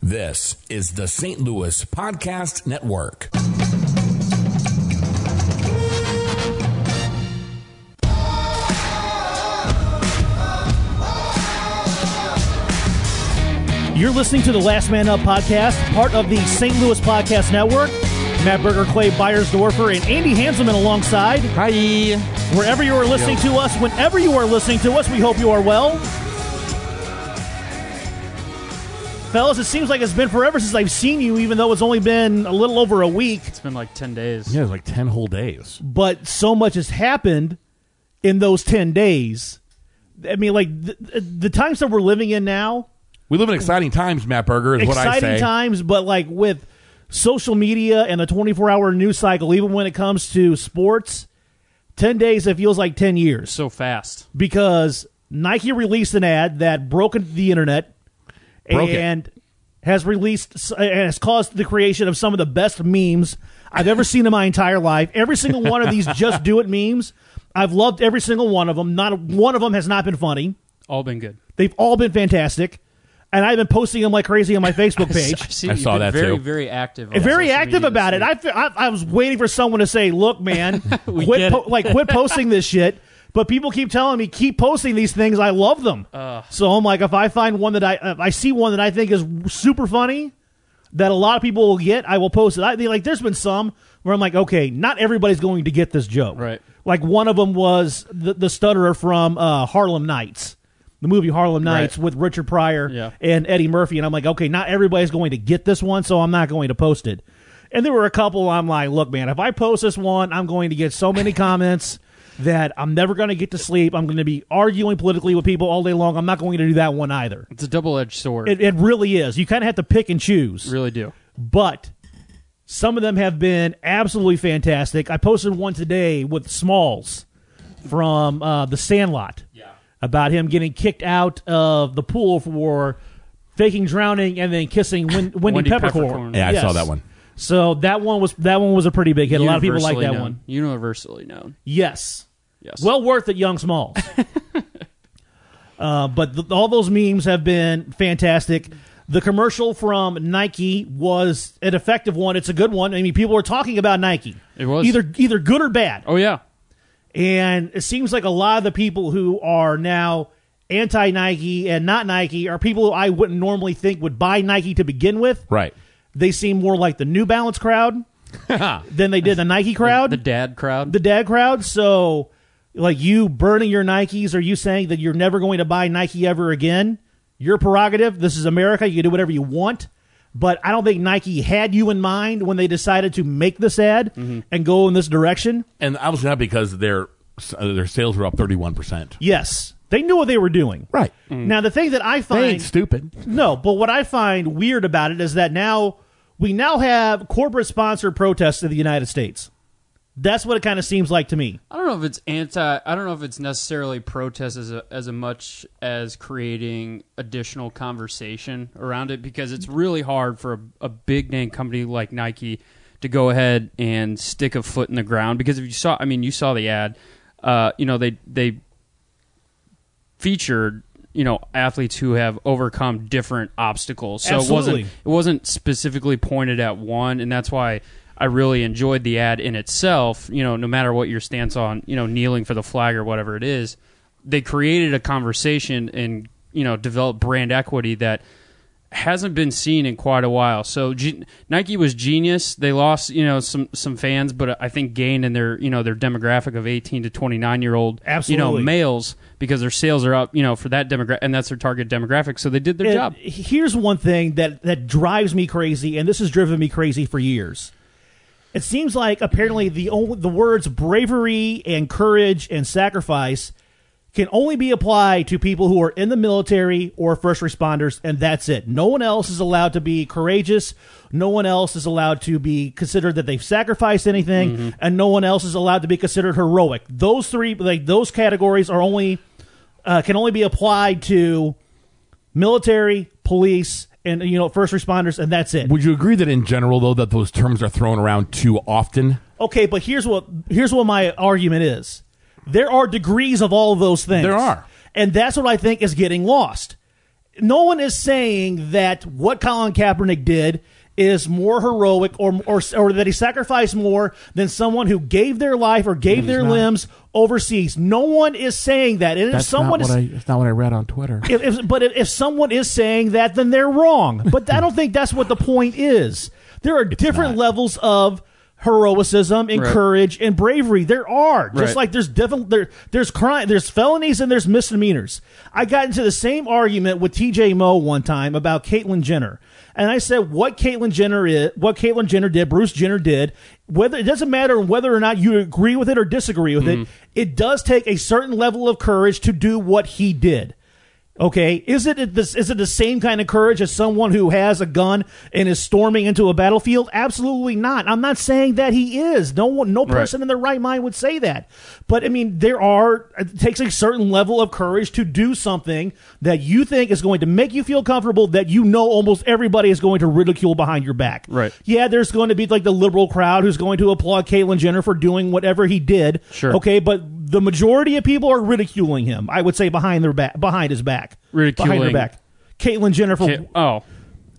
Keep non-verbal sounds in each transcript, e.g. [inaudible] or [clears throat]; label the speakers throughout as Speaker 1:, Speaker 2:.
Speaker 1: This is the St. Louis Podcast Network.
Speaker 2: You're listening to the Last Man Up podcast, part of the St. Louis Podcast Network. Matt Berger, Clay Byersdorfer, and Andy Hanselman alongside.
Speaker 3: Hi.
Speaker 2: Wherever you are listening to us, whenever you are listening to us, we hope you are well. Fellas, it seems like it's been forever since I've seen you, even though it's only been a little over a week.
Speaker 4: It's been like 10 days.
Speaker 3: Yeah, it was like 10 whole days.
Speaker 2: But so much has happened in those 10 days. I mean, like, the, the times that we're living in now,
Speaker 3: We live in exciting times, Matt Berger, is what I
Speaker 2: exciting
Speaker 3: say.
Speaker 2: times, but like with social media and the 24 hour news cycle, even when it comes to sports, 10 days, it feels like 10 years
Speaker 4: So fast.
Speaker 2: because Nike released an ad that broke into the internet
Speaker 3: Broke it.
Speaker 2: and has released and has caused the creation of some of the best memes I've ever seen in my entire life. Every single one
Speaker 3: [laughs]
Speaker 2: of these just do it memes. I've loved every single one of them. Not one of them has not been funny.
Speaker 4: All been good.
Speaker 2: They've all been fantastic. And I've been posting them like crazy
Speaker 3: [laughs]
Speaker 2: on my Facebook page.
Speaker 4: I've seen
Speaker 3: I
Speaker 4: you've
Speaker 3: saw
Speaker 4: been
Speaker 3: that
Speaker 4: very,
Speaker 3: too.
Speaker 4: very active. on
Speaker 2: And very
Speaker 4: social
Speaker 2: active
Speaker 4: media
Speaker 2: about
Speaker 4: this
Speaker 2: it. I, fe- I I was waiting for someone to say, "Look,
Speaker 4: [laughs]
Speaker 2: man, quit
Speaker 4: get
Speaker 2: po-
Speaker 4: it.
Speaker 2: like quit posting this shit." But people keep telling me, "Keep posting these things. I love them."
Speaker 4: Uh.
Speaker 2: so I'm like, if I find one that I if I see one that I think is super funny, that a lot of people will get, I will post it. I like there's been some where I'm like, okay, not everybody's going to get this joke.
Speaker 4: Right.
Speaker 2: Like one of them was the, the stutterer from uh, Harlem Nights, the movie Harlem Nights with Richard Pryor
Speaker 4: Yeah.
Speaker 2: and Eddie Murphy, and I'm like, okay, not everybody's going to get this one, so I'm not going to post it. And there were a couple I'm like, look, man, if I post this one, I'm going to get so many comments that I'm never going to get to sleep. I'm going to be arguing politically with people all day long. I'm not going to do that one either.
Speaker 4: It's a double edged sword.
Speaker 2: It, it really is. You kind of have to pick and choose
Speaker 4: really do.
Speaker 2: but some of them have been absolutely fantastic. I posted one today with Smalls from uh, the Sandlot about him getting kicked out of the pool for faking drowning and then kissing
Speaker 4: [laughs]
Speaker 2: Wen- Wendy,
Speaker 4: Wendy
Speaker 2: Peppercorn.
Speaker 4: Peppercorn.
Speaker 3: Yeah, I saw
Speaker 2: Yes.
Speaker 3: that one.
Speaker 2: So that one was that one was a pretty big hit. A lot of people like
Speaker 4: Universally
Speaker 2: that
Speaker 4: known.
Speaker 2: one.
Speaker 4: Universally known.
Speaker 2: Yes.
Speaker 4: Yes.
Speaker 2: Well worth it, Young Smalls. uh, but th- all those memes have been fantastic. The commercial from Nike was an effective one. It's a good one. I mean, people were talking about Nike.
Speaker 4: It was.
Speaker 2: either either good or bad.
Speaker 4: oh, yeah.
Speaker 2: And it seems like a lot of the people who are now anti Nike and not Nike are people who I wouldn't normally think would buy Nike to begin with.
Speaker 3: Right.
Speaker 2: They seem more like the New Balance crowd than they did the Nike crowd
Speaker 4: The dad crowd.
Speaker 2: the dad crowd. So, like you burning your Nikes, are you saying that you're never going to buy Nike ever again? Your prerogative. This is America. You can do whatever you want. But I don't think Nike had you in mind when they decided to make this ad and go in this direction.
Speaker 3: And obviously not because their uh, their sales were up 31%.
Speaker 2: Yes, they knew what they were doing.
Speaker 3: Right.
Speaker 2: Now, the thing that I
Speaker 3: They
Speaker 2: find
Speaker 3: ain't stupid.
Speaker 2: No, but what I find weird about it is that now we now have corporate sponsored protests in the United States. That's what it kind of seems like to me.
Speaker 4: I don't know if it's anti. I don't know if it's necessarily protest as a, as a much as creating additional conversation around it because it's really hard for a, a big name company like Nike to go ahead and stick a foot in the ground because if you saw, I mean, you saw the ad. Uh, you know, they they featured you know athletes who have overcome different obstacles so
Speaker 2: Absolutely.
Speaker 4: it wasn't it wasn't specifically pointed at one and that's why i really enjoyed the ad in itself you know no matter what your stance on you know kneeling for the flag or whatever it is they created a conversation and you know developed brand equity that hasn't been seen in quite a while so G- nike was genius they lost you know some some fans but i think gained in their you know their demographic of 18 to 29 year old you
Speaker 2: Absolutely.
Speaker 4: know males because their sales are up, you know, for that demographic, and that's their target demographic. So they did their
Speaker 2: And
Speaker 4: job.
Speaker 2: Here's one thing that that drives me crazy, and this has driven me crazy for years. It seems like apparently the only, the words bravery and courage and sacrifice can only be applied to people who are in the military or first responders, and that's it. No one else is allowed to be courageous. No one else is allowed to be considered that they've sacrificed anything, and no one else is allowed to be considered heroic. Those three, like those categories, are only uh, can only be applied to military, police, and you know first responders, and that's it.
Speaker 3: Would you agree that in general, though, that those terms are thrown around too often?
Speaker 2: Okay, but here's what here's what my argument is: there are degrees of all those things.
Speaker 3: There are.
Speaker 2: and that's what I think is getting lost. no one is saying that what Colin Kaepernick did is more heroic or or or that he sacrificed more than someone who gave their life or gave their
Speaker 5: not.
Speaker 2: limbs overseas. No one is saying that. And
Speaker 5: That's
Speaker 2: if someone
Speaker 5: not
Speaker 2: is
Speaker 5: what I. That's not what I read on Twitter.
Speaker 2: if, if, but if, if someone is saying that, then they're wrong. But I don't think that's what the point is. There are different levels of heroism and
Speaker 4: Right.
Speaker 2: courage and bravery. There are just
Speaker 4: Right.
Speaker 2: like there's definitely there, there's crime, there's felonies and there's misdemeanors. I got into the same argument with T.J. Moe one time about Caitlyn Jenner, and I said what Caitlyn Jenner is, what Caitlyn Jenner did, Bruce Jenner did. Whether it doesn't matter whether or not you agree with it or disagree with
Speaker 4: Mm-hmm.
Speaker 2: it, it does take a certain level of courage to do what he did. Okay, is it this? Is it the same kind of courage as someone who has a gun and is storming into a battlefield? Absolutely not. I'm not saying that he is. No one, no person in their right mind would say that. But I mean, there are. It takes a certain level of courage to do something that you think is going to make you feel comfortable. That you know almost everybody is going to ridicule behind your back.
Speaker 4: Right.
Speaker 2: Yeah, there's going to be like the liberal crowd who's going to applaud Caitlyn Jenner for doing whatever he did.
Speaker 4: Sure.
Speaker 2: Okay, but the majority of people are ridiculing him. I would say behind their back, behind his back, behind her
Speaker 4: Ridiculing.
Speaker 2: back. Caitlyn Jenner for,
Speaker 4: Ki- Oh,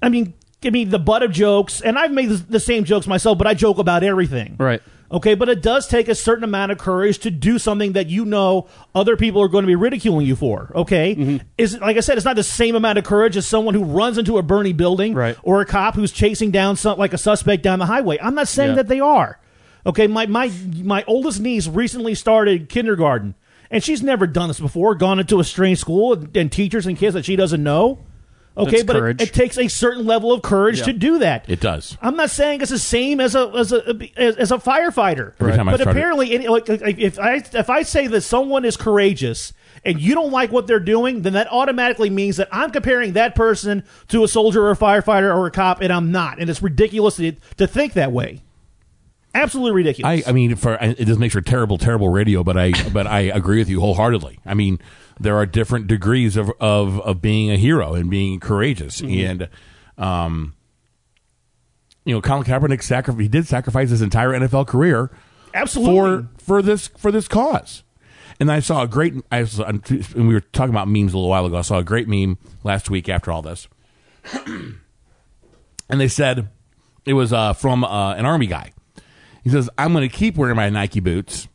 Speaker 2: I mean, I mean the butt of jokes, and I've made the, the same jokes myself, but I joke about everything.
Speaker 4: right.
Speaker 2: Okay, but it does take a certain amount of courage to do something that you know other people are going to be ridiculing you for. Okay,
Speaker 4: Mm-hmm.
Speaker 2: is it like I said, it's not the same amount of courage as someone who runs into a burning building,
Speaker 4: Right.
Speaker 2: or a cop who's chasing down some like a suspect down the highway. I'm not saying
Speaker 4: Yeah.
Speaker 2: that they are. Okay, my my my oldest niece recently started kindergarten, and she's never done this before. Gone into a strange school and, and teachers and kids that she doesn't know. Okay,
Speaker 4: That's
Speaker 2: but it,
Speaker 4: courage.
Speaker 2: it takes a certain level of courage to do that.
Speaker 3: It does.
Speaker 2: I'm not saying it's the same as a as a as, as a firefighter.
Speaker 3: Every time I
Speaker 2: but
Speaker 3: started-
Speaker 2: apparently, it, like, like, if I if I say that someone is courageous and you don't like what they're doing, then that automatically means that I'm comparing that person to a soldier or a firefighter or a cop, and I'm not. And it's ridiculous to, to think that way. Absolutely ridiculous.
Speaker 3: I, I mean, for I- it just makes for terrible, terrible radio. But I, [laughs] but I agree with you wholeheartedly. I mean, there are different degrees of of, of being a hero and being courageous,
Speaker 2: Mm-hmm.
Speaker 3: and um, you know, Colin Kaepernick sacrifice he did sacrifice his entire NFL career
Speaker 2: Absolutely.
Speaker 3: for for this for this cause. And I saw a great. I was, and we were talking about memes a little while ago. I saw a great meme last week after all this, and they said it was uh, from uh, an army guy. He says, "I'm going to keep wearing my Nike boots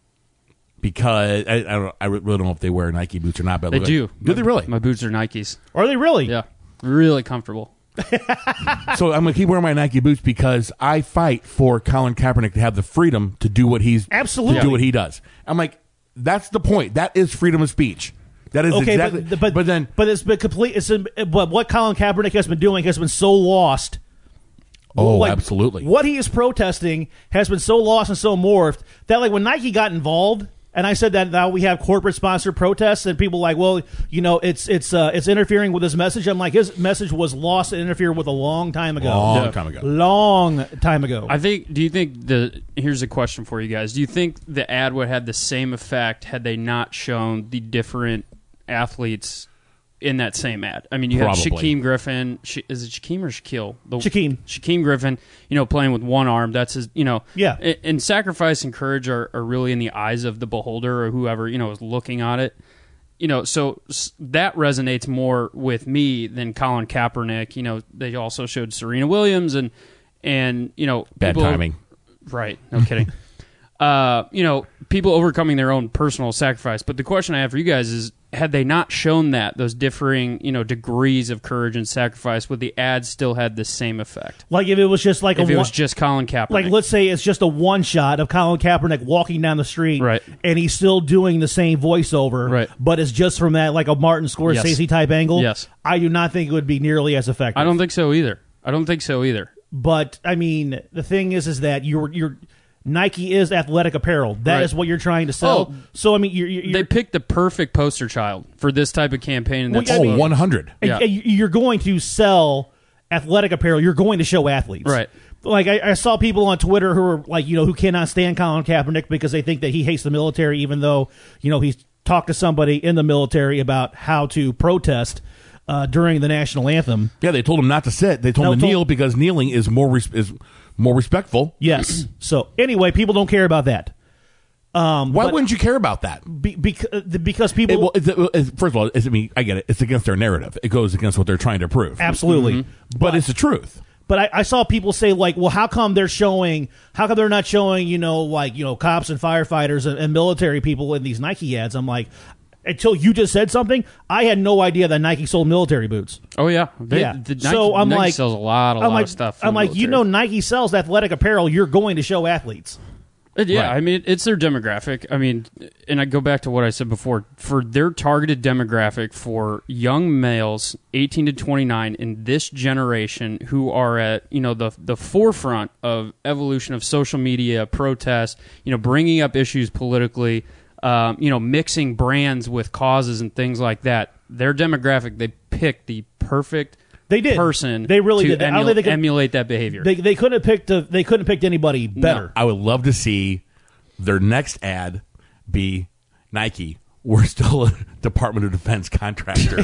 Speaker 3: because I, I don't. I really don't know if they wear Nike boots or not. But it
Speaker 4: They
Speaker 3: looked-
Speaker 4: do.
Speaker 3: Do they
Speaker 4: My-
Speaker 3: really?
Speaker 4: My boots are Nikes.
Speaker 2: Are they really?
Speaker 4: Yeah, really comfortable.
Speaker 3: so I'm going to keep wearing my Nike boots because I fight for Colin Kaepernick to have the freedom to do what he's
Speaker 2: Absolutely.
Speaker 3: to do what he does. I'm like, that's the point. That is freedom of speech. That is
Speaker 2: Okay,
Speaker 3: exactly.
Speaker 2: but, but
Speaker 3: then
Speaker 2: but it's been complete. It's been, but what Colin Kaepernick has been doing has been so lost.
Speaker 3: oh,
Speaker 2: like,
Speaker 3: absolutely.
Speaker 2: What he is protesting has been so lost and so morphed that, like, when Nike got involved, and I said that now we have corporate sponsored protests, and people like, well, you know, it's it's uh, it's interfering with his message. I'm like, his message was lost and interfered with a long time ago.
Speaker 3: Long Yeah. time ago.
Speaker 2: Long time ago.
Speaker 4: I think. Do you think the? Here's a question for you guys. Do you think the ad would have the same effect had they not shown the different athletes in that same ad? I mean, you had
Speaker 3: Probably.
Speaker 4: Shaquem Griffin. Sh- Is it Shaquem or Shaquille? The,
Speaker 2: Shaquem.
Speaker 4: Shaquem Griffin. You know, playing with one arm. That's his. You know.
Speaker 2: Yeah.
Speaker 4: a- And, sacrifice and courage are, are really in the eyes of the beholder or whoever you know is looking on it. You know, so s- that resonates more with me than Colin Kaepernick. You know, they also showed Serena Williams and and you know
Speaker 3: Bad
Speaker 4: people-
Speaker 3: timing.
Speaker 4: Right.
Speaker 3: [laughs]
Speaker 4: No kidding. uh, you know, people overcoming their own personal sacrifice. But the question I have for you guys is had they not shown that, those differing, you know, degrees of courage and sacrifice, would the ad still had the same effect?
Speaker 2: like, if it was just like a
Speaker 4: If it
Speaker 2: one-
Speaker 4: was just Colin Kaepernick.
Speaker 2: like let's say it's just a one shot of Colin Kaepernick walking down the street,
Speaker 4: Right.
Speaker 2: And he's still doing the same voiceover,
Speaker 4: Right.
Speaker 2: But it's just from that like a Martin Scorsese type angle.
Speaker 4: Yes.
Speaker 2: I do not think it would be nearly as effective.
Speaker 4: I don't think so either. I don't think so either.
Speaker 2: But I mean, the thing is, is that you're you're Nike is athletic apparel. That is
Speaker 4: Right.
Speaker 2: what you're trying to sell.
Speaker 4: Oh.
Speaker 2: so I mean, you're, you're,
Speaker 4: They picked the perfect poster child for this type of campaign and
Speaker 2: Well,
Speaker 4: that's
Speaker 2: I
Speaker 3: oh,
Speaker 2: mean-
Speaker 3: 100.
Speaker 2: and-
Speaker 4: yeah.
Speaker 2: and you- you're going to sell athletic apparel. You're going to show athletes,
Speaker 4: Right.
Speaker 2: Like I, I saw people on Twitter who are like, you know, who cannot stand Colin Kaepernick because they think that he hates the military, even though you know he's talked to somebody in the military about how to protest uh, during the national anthem.
Speaker 3: Yeah, they told him not to sit. They told
Speaker 2: No,
Speaker 3: him to
Speaker 2: told-
Speaker 3: kneel because kneeling is more res- is more respectful.
Speaker 4: [clears throat]
Speaker 2: Yes. so anyway, people don't care about that.
Speaker 3: Um, Why wouldn't you care about that?
Speaker 2: Be, because, because people
Speaker 3: It, well, it's, it's, first of all, it's, I mean, I get it. It's against their narrative. It goes against what they're trying to prove.
Speaker 2: absolutely.
Speaker 4: Mm-hmm.
Speaker 3: but it's the truth.
Speaker 2: But I, I saw people say like, well, how come they're showing? How come they're not showing? You know, like you know, cops and firefighters and, and military people in these Nike ads. I'm like, until you just said something, I had no idea that Nike sold military boots.
Speaker 4: Oh yeah, They-
Speaker 2: yeah.
Speaker 4: the Nike,
Speaker 2: so I'm
Speaker 4: Nike
Speaker 2: like,
Speaker 4: sells a lot, a
Speaker 2: I'm
Speaker 4: lot
Speaker 2: like,
Speaker 4: of stuff. for
Speaker 2: I'm
Speaker 4: the
Speaker 2: like, you know,
Speaker 4: military.
Speaker 2: Nike sells athletic apparel. You're going to show athletes.
Speaker 4: Uh, yeah.
Speaker 3: Right.
Speaker 4: I mean, it's their demographic. I mean, and I go back to what I said before. For their targeted demographic for young males, 18 to 29, in this generation, who are at you know the the forefront of evolution of social media protest, you know, bringing up issues politically, um, you know, mixing brands with causes and things like that. Their demographic, they picked the perfect.
Speaker 2: They did.
Speaker 4: person.
Speaker 2: They really
Speaker 4: to
Speaker 2: did. I don't
Speaker 4: emul-
Speaker 2: think they could-
Speaker 4: emulate that behavior.
Speaker 2: They, they couldn't have picked a, they couldn't have picked anybody better.
Speaker 3: I would love to see their next ad be Nike. We're [laughs] still a Department of Defense [laughs] contractor.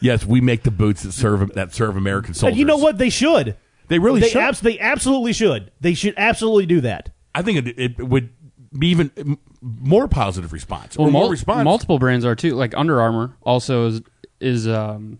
Speaker 3: yes, we make the boots that serve that serve American soldiers.
Speaker 2: And you know what? They should.
Speaker 3: They really
Speaker 2: They
Speaker 3: should.
Speaker 2: abs- they absolutely should. They should absolutely do that.
Speaker 3: I think it, it would be even m- more positive response or
Speaker 4: Well,
Speaker 3: more
Speaker 4: mul-
Speaker 3: response.
Speaker 4: multiple brands are too. Like Under Armour also is is um,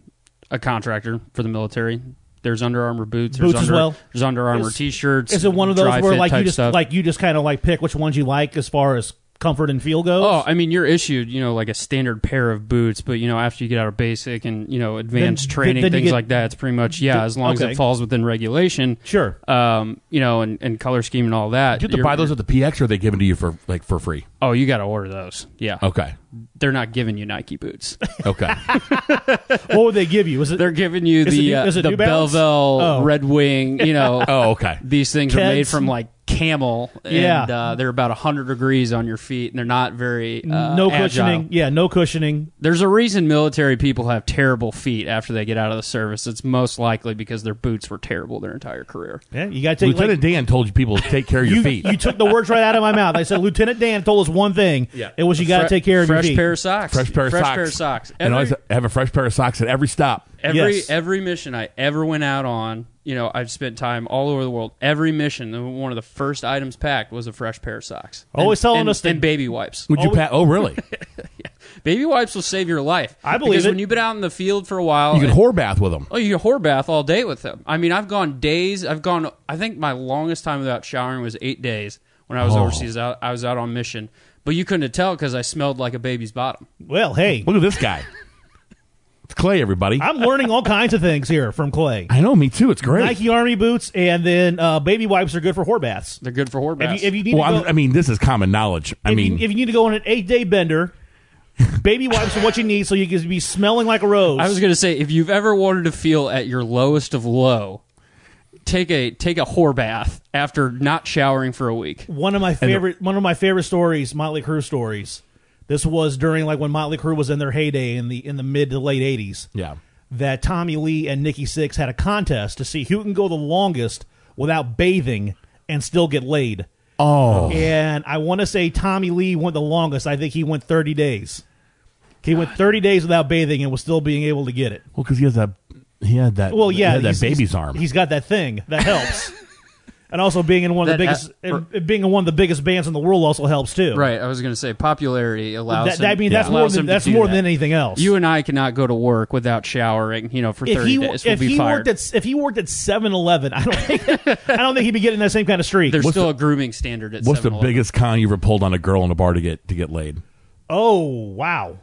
Speaker 4: a contractor for the military. There's Under Armour boots. There's
Speaker 2: Boots as
Speaker 4: Under,
Speaker 2: well.
Speaker 4: There's Under Armour
Speaker 2: Is-
Speaker 4: T-shirts.
Speaker 2: Is it one of those
Speaker 4: dry
Speaker 2: where
Speaker 4: fit
Speaker 2: like you
Speaker 4: type
Speaker 2: just
Speaker 4: stuff.
Speaker 2: like you just kind of like pick which ones you like as far as comfort and feel goes?
Speaker 4: Oh, I mean, you're issued, you know, like a standard pair of boots, but you know, after you get out of basic and you know, advanced
Speaker 2: th-
Speaker 4: training,
Speaker 2: then you
Speaker 4: things
Speaker 2: get-
Speaker 4: like that, it's pretty much yeah, as long as
Speaker 2: okay.
Speaker 4: it falls within regulation.
Speaker 2: Sure.
Speaker 4: Um, you know, and, and color scheme and all that.
Speaker 3: Do you have to
Speaker 4: you're-
Speaker 3: buy those at the PX or are they given to you for like for free?
Speaker 4: Oh, you got to order those. Yeah.
Speaker 3: Okay.
Speaker 4: They're not giving you Nike boots.
Speaker 3: [laughs] Okay.
Speaker 2: what would they give you? Is it
Speaker 4: Oh, They're giving you
Speaker 2: Is it
Speaker 4: the
Speaker 2: New-
Speaker 4: uh,
Speaker 2: is it
Speaker 4: the
Speaker 2: New Balance?
Speaker 4: Belleville
Speaker 2: Oh.
Speaker 4: Red Wing.
Speaker 2: [laughs]
Speaker 4: You know,
Speaker 3: oh, okay.
Speaker 4: these things are
Speaker 2: Keds.
Speaker 4: made from like camel, and
Speaker 2: Yeah.
Speaker 4: uh, they're about hundred degrees on your feet, and they're not very uh,
Speaker 2: no
Speaker 4: agile.
Speaker 2: cushioning? Yeah, no cushioning.
Speaker 4: There's a reason military people have terrible feet after they get out of the service. It's most likely because their boots were terrible their entire career.
Speaker 2: Yeah, you got to take
Speaker 3: Lieutenant Dan told you people to take care of your
Speaker 2: you,
Speaker 3: feet.
Speaker 2: you took the words right out of my mouth. I said Lieutenant Dan told us one thing.
Speaker 3: Yeah.
Speaker 2: It was you got to
Speaker 4: Fre-
Speaker 2: take care of your
Speaker 4: fresh
Speaker 2: feet.
Speaker 4: pair of socks.
Speaker 3: fresh pair of socks.
Speaker 4: Fresh pair of socks.
Speaker 3: and always
Speaker 4: Every-
Speaker 3: have a fresh pair of socks at every stop.
Speaker 4: Every
Speaker 2: Yes.
Speaker 4: every mission I ever went out on, you know, I've spent time all over the world. Every mission, the- one of the first items packed was a fresh pair of socks.
Speaker 2: Always
Speaker 4: And-
Speaker 2: telling
Speaker 4: and-
Speaker 2: us to-
Speaker 4: and baby wipes.
Speaker 3: Would you
Speaker 2: Always-
Speaker 3: pat? Oh,
Speaker 2: [laughs]
Speaker 3: really?
Speaker 4: Baby wipes will save your life.
Speaker 2: I believe
Speaker 4: because
Speaker 2: it.
Speaker 4: when you've been out in the field for a while,
Speaker 3: You can
Speaker 4: and-
Speaker 3: whore bath with them.
Speaker 4: Oh, you whore bath all day with them. I mean, I've gone days. I've gone. I think my longest time without showering was eight days when I was
Speaker 3: Oh.
Speaker 4: overseas. I, I was out on mission, but you couldn't tell because I smelled like a baby's bottom.
Speaker 2: Well, hey,
Speaker 3: Look at this guy. It's Clay, everybody. i
Speaker 2: I'm learning all kinds of things here from Clay.
Speaker 3: know, me too. It's great.
Speaker 2: Nike Army boots and then uh, baby wipes are good for whore baths.
Speaker 4: They're good for whore
Speaker 2: If
Speaker 4: baths.
Speaker 2: you, if you need
Speaker 3: well,
Speaker 2: to go,
Speaker 3: I'm, I mean, this is common knowledge. I
Speaker 2: if,
Speaker 3: mean,
Speaker 2: you, if you need to go on an eight day bender, baby wipes are what you need so you can be smelling like a rose.
Speaker 4: I was gonna say if you've ever wanted to feel at your lowest of low, take a take a whore bath after not showering for a week.
Speaker 2: one of my favorite one of my favorite stories, Motley Crue stories. This was during like when Motley Crue was in their heyday in the in the mid to late eighties.
Speaker 3: yeah.
Speaker 2: That Tommy Lee and Nikki Six had a contest to see who can go the longest without bathing and still get laid.
Speaker 3: Oh,
Speaker 2: And I want to say Tommy Lee went the longest. I think he went thirty days. He went thirty days without bathing and was still being able to get it.
Speaker 3: well, because he has that. He had that.
Speaker 2: Well,
Speaker 3: he
Speaker 2: yeah,
Speaker 3: had that
Speaker 2: he's-
Speaker 3: baby's
Speaker 2: he's-
Speaker 3: arm.
Speaker 2: He's got that thing
Speaker 3: [laughs]
Speaker 2: that helps, and also being in one of the
Speaker 4: That
Speaker 2: biggest,
Speaker 4: a-
Speaker 2: and being in one of the biggest bands in the world also helps too.
Speaker 4: Right. I was gonna say popularity allows.
Speaker 2: That, that, I
Speaker 4: him-
Speaker 2: mean, that's
Speaker 4: allows
Speaker 2: more than
Speaker 4: him to
Speaker 2: that's
Speaker 4: do
Speaker 2: more
Speaker 4: that.
Speaker 2: than anything else.
Speaker 4: You and I cannot go to work without showering. You know, for
Speaker 2: if
Speaker 4: thirty
Speaker 2: he
Speaker 4: days, we'll
Speaker 2: if
Speaker 4: be
Speaker 2: he
Speaker 4: fired.
Speaker 2: worked at if he worked at Seven Eleven, I don't think
Speaker 4: [laughs]
Speaker 2: I don't think he'd be getting that same kind of streak.
Speaker 4: There's still a grooming standard at
Speaker 3: What's the
Speaker 4: 7-Eleven.
Speaker 3: biggest con you ever pulled on a girl in a bar to get to get laid?
Speaker 2: oh wow,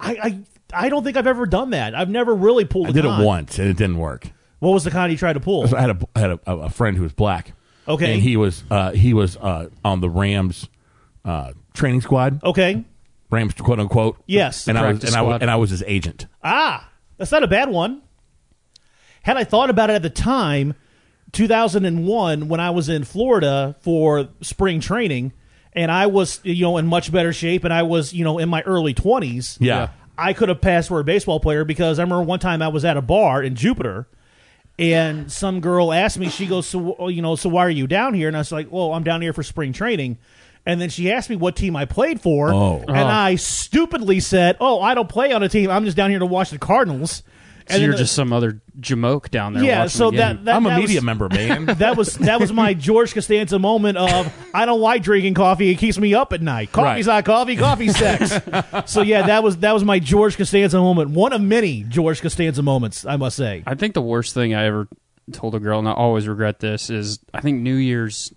Speaker 2: I, I I don't think I've ever done that. I've never really pulled.
Speaker 3: I
Speaker 2: a
Speaker 3: did
Speaker 2: con.
Speaker 3: it once and it didn't work.
Speaker 2: What was the con you tried to pull?
Speaker 3: So I had a I had a, a friend who was black.
Speaker 2: Okay.
Speaker 3: and he was uh, he was uh, on the Rams uh, training squad.
Speaker 2: Okay,
Speaker 3: Rams quote unquote.
Speaker 2: Yes.
Speaker 3: and I was
Speaker 4: Practice
Speaker 3: and I was,
Speaker 4: squad.
Speaker 3: and I was his agent.
Speaker 2: Ah, that's not a bad one. Had I thought about it at the time, 2001, when I was in Florida for spring training, and I was, you know, in much better shape, and I was, you know, in my early 20s.
Speaker 3: Yeah.
Speaker 2: I could have passed for a baseball player because I remember one time I was at a bar in Jupiter, and some girl asked me, she goes, so, oh, you know, so why are you down here? And I was like, well, I'm down here for spring training. And then she asked me what team I played for,
Speaker 3: Oh.
Speaker 2: and I stupidly said, "Oh, I don't play on a team. I'm just down here to watch the Cardinals."
Speaker 4: So
Speaker 2: And
Speaker 4: you're
Speaker 2: then-
Speaker 4: just some other jamoke down there.
Speaker 2: Yeah,
Speaker 4: watching
Speaker 2: so
Speaker 4: the game.
Speaker 2: that-
Speaker 3: I'm a
Speaker 2: that
Speaker 3: media
Speaker 2: was-
Speaker 3: member,
Speaker 2: [laughs]
Speaker 3: man.
Speaker 2: That was that was
Speaker 4: [laughs]
Speaker 2: my George Costanza moment of I don't like drinking coffee. It keeps me up at night. Coffee's
Speaker 3: Right.
Speaker 2: not coffee. Coffee's
Speaker 4: [laughs]
Speaker 2: sex. so yeah, that was that was my George Costanza moment. One of many George Costanza moments, I must say.
Speaker 4: I think the worst thing I ever told a girl, and I always regret this, is I think New Year's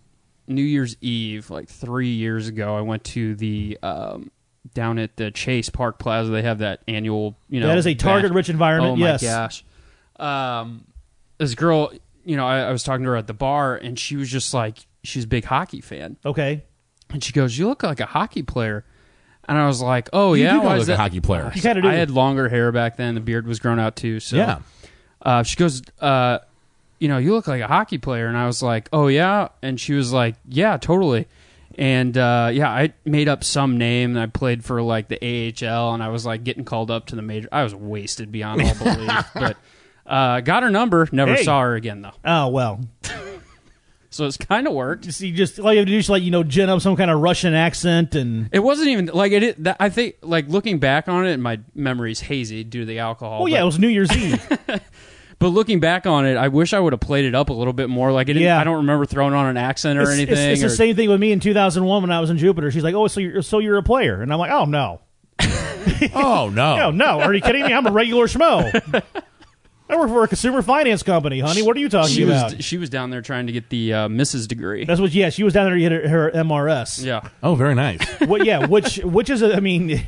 Speaker 4: New Year's Eve, like three years ago, I went to the um, down at the Chase Park Plaza. They have that annual, you know,
Speaker 2: That is a target-rich environment,
Speaker 4: Oh my
Speaker 2: yes.
Speaker 4: gosh, um, this girl, you know, I, I was talking to her at the bar, and she was just like, she's a big hockey fan,
Speaker 2: Okay,
Speaker 4: and she goes, "You look like a hockey player," and I was like, "Oh
Speaker 3: You
Speaker 4: yeah,
Speaker 3: do
Speaker 4: why
Speaker 3: look
Speaker 4: is
Speaker 3: a
Speaker 4: that?"
Speaker 3: hockey player.
Speaker 2: You kinda do.
Speaker 4: I had longer hair back then. The beard was grown out too. So
Speaker 3: Yeah.
Speaker 4: uh, she goes, uh, you know, you look like a hockey player, and I was like, oh yeah, and she was like, yeah, totally, and uh, yeah, I made up some name and I played for like the AHL, and I was like getting called up to the major. I was wasted beyond all
Speaker 2: [laughs]
Speaker 4: belief, but uh, got her number. Never
Speaker 2: Hey.
Speaker 4: saw her again though,
Speaker 2: oh well.
Speaker 4: so it's kind of worked.
Speaker 2: Just you just all you have to do is like you know gin up some kind of Russian accent and
Speaker 4: It wasn't even like it. it- that- I think like looking back on it, my memory's hazy due to the alcohol.
Speaker 2: oh yeah,
Speaker 4: but-
Speaker 2: it was New Year's Eve.
Speaker 4: But looking back on it, I wish I would have played it up a little bit more. Like, I, didn't,
Speaker 2: Yeah.
Speaker 4: I don't remember throwing on an accent [laughs] or
Speaker 2: It's, it's-
Speaker 4: anything.
Speaker 2: it's the
Speaker 4: or-
Speaker 2: same thing with me in 2001 when I was in Jupiter. She's like, "Oh, so you're so you're a player," and I'm like, "Oh [laughs] no,
Speaker 3: Oh
Speaker 2: oh
Speaker 3: no.
Speaker 2: no, are you kidding me? I'm a regular schmo. I work for a consumer finance company, honey. What are you talking
Speaker 4: she
Speaker 2: about?"
Speaker 4: was she was down there trying to get the uh, Mrs. degree.
Speaker 2: That's what. Yeah, she was down there to get her, her MRS.
Speaker 4: yeah,
Speaker 3: Oh, very
Speaker 2: [laughs]
Speaker 3: nice.
Speaker 2: What? Yeah. Which? Which is? a- I mean,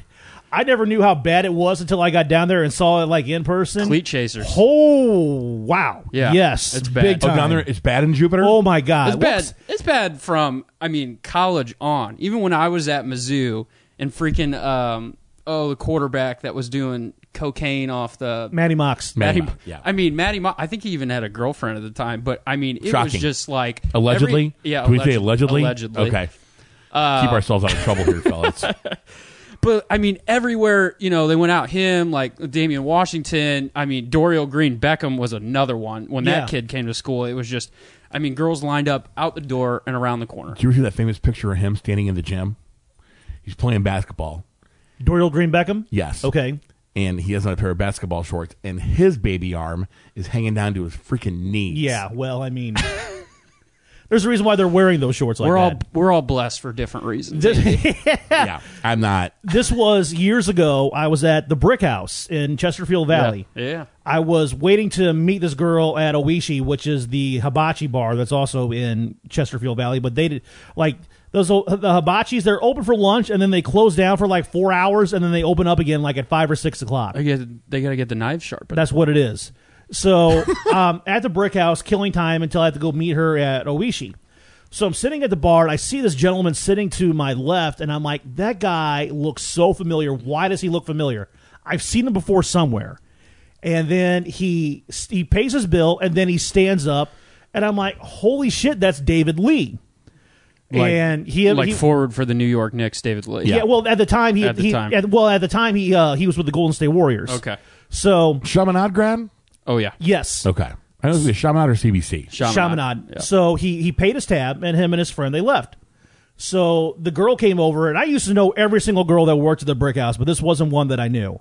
Speaker 2: I never knew how bad it was until I got down there and saw it like in person.
Speaker 4: cleat chasers.
Speaker 2: Oh wow.
Speaker 4: Yeah,
Speaker 2: Yes.
Speaker 4: it's bad.
Speaker 2: Big
Speaker 3: Oh,
Speaker 2: time.
Speaker 3: down there, it's bad in Jupiter.
Speaker 2: Oh my god.
Speaker 4: it's bad.
Speaker 2: Whoops.
Speaker 4: It's bad from I mean college on. Even when I was at Mizzou and freaking um oh the quarterback that was doing cocaine off the
Speaker 2: Matty Mox.
Speaker 3: Matty
Speaker 4: Matty-
Speaker 3: Mo- yeah.
Speaker 4: I mean, Maddie. Mo- I think he even had a girlfriend at the time, but I mean, it
Speaker 3: Shocking.
Speaker 4: was just like every-
Speaker 3: allegedly.
Speaker 4: yeah,
Speaker 3: Can we say
Speaker 4: alleged-
Speaker 3: allegedly?
Speaker 4: Allegedly. Uh,
Speaker 3: Okay. Keep ourselves out of trouble
Speaker 4: [laughs]
Speaker 3: here, fellas.
Speaker 4: But I mean, everywhere you know they went out. Him like Damian Washington. I mean, Dorial Green Beckham was another one. When
Speaker 2: Yeah.
Speaker 4: that kid came to school, it was just. I mean, girls lined up out the door and around the corner.
Speaker 3: Do you ever see that famous picture of him standing in the gym? He's playing basketball.
Speaker 2: Dorial Green Beckham.
Speaker 3: Yes.
Speaker 2: Okay.
Speaker 3: And he has on a pair of basketball shorts, and his baby arm is hanging down to his freaking knees.
Speaker 2: Yeah. Well, I mean, [laughs] there's a reason why they're wearing those shorts like
Speaker 4: we're all
Speaker 2: that.
Speaker 4: we're all blessed for different reasons.
Speaker 3: yeah. I'm not.
Speaker 2: This was years ago. I was at the Brick House in Chesterfield Valley.
Speaker 4: yeah.
Speaker 2: I was waiting to meet this girl at Oishi, which is the hibachi bar that's also in Chesterfield Valley. But they did like those the hibachis. They're open for lunch and then they close down for like four hours and then they open up again like at five or six o'clock.
Speaker 4: They get they gotta get the knife sharpened.
Speaker 2: That's what it is. So um, at the brick house, killing time until I have to go meet her at Oishi. So I'm sitting at the bar and I see this gentleman sitting to my left, and I'm like, that guy looks so familiar. Why does he look familiar? I've seen him before somewhere. And then he he pays his bill, and then he stands up, and I'm like, holy shit, that's David Lee.
Speaker 4: Like-
Speaker 2: and he
Speaker 4: like
Speaker 2: he,
Speaker 4: forward for the New York Knicks, David Lee.
Speaker 2: yeah. Well, at the time he,
Speaker 4: At the
Speaker 2: he
Speaker 4: time.
Speaker 2: At, well at the time he uh, he was with the Golden State Warriors.
Speaker 4: Okay.
Speaker 2: So
Speaker 3: Shamanad Grand?
Speaker 4: Oh yeah.
Speaker 2: yes.
Speaker 3: Okay. I don't know if it's Shamanad or CBC.
Speaker 4: Shamanad.
Speaker 2: Shamanad.
Speaker 4: Yeah.
Speaker 2: So he he paid his tab, and him and his friend they left. So the girl came over, and I used to know every single girl that worked at the brick house, but this wasn't one that I knew.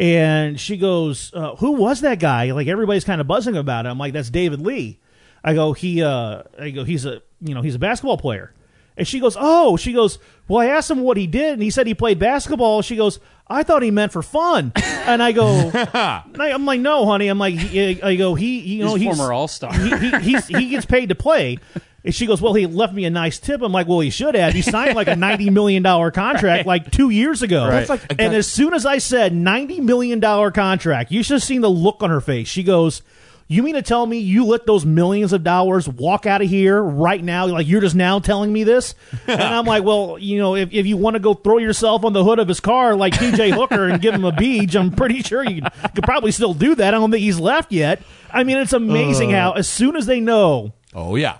Speaker 2: And she goes, uh, "Who was that guy?" Like everybody's kind of buzzing about it. I'm like, "That's David Lee." I go, "He, uh, I go, he's a you know he's a basketball player." And she goes, "Oh," she goes, "Well, I asked him what he did, and he said he played basketball." She goes, "I thought he meant for fun," and I
Speaker 4: [laughs]
Speaker 2: go, and I, "I'm like, no, honey." I'm like, he- I go, "He, you know,
Speaker 4: He's a
Speaker 2: he's
Speaker 4: former
Speaker 2: [laughs]
Speaker 4: all-star.
Speaker 2: he, he, he's, he gets paid to play. And she goes, Well, he left me a nice tip. I'm like, Well, he should have. He signed like a $90 million contract like two years ago.
Speaker 4: That's like
Speaker 2: and as soon as I said $90 million contract, you should have seen the look on her face. She goes, You mean to tell me you let those millions of dollars walk out of here right now? Like, you're just now telling me this? And I'm like, Well, you know, if, if you want to go throw yourself on the hood of his car like TJ Hooker and give him a beach, I'm pretty sure you could probably still do that. I don't think he's left yet. I mean, it's amazing how, as soon as they know
Speaker 3: Oh, yeah.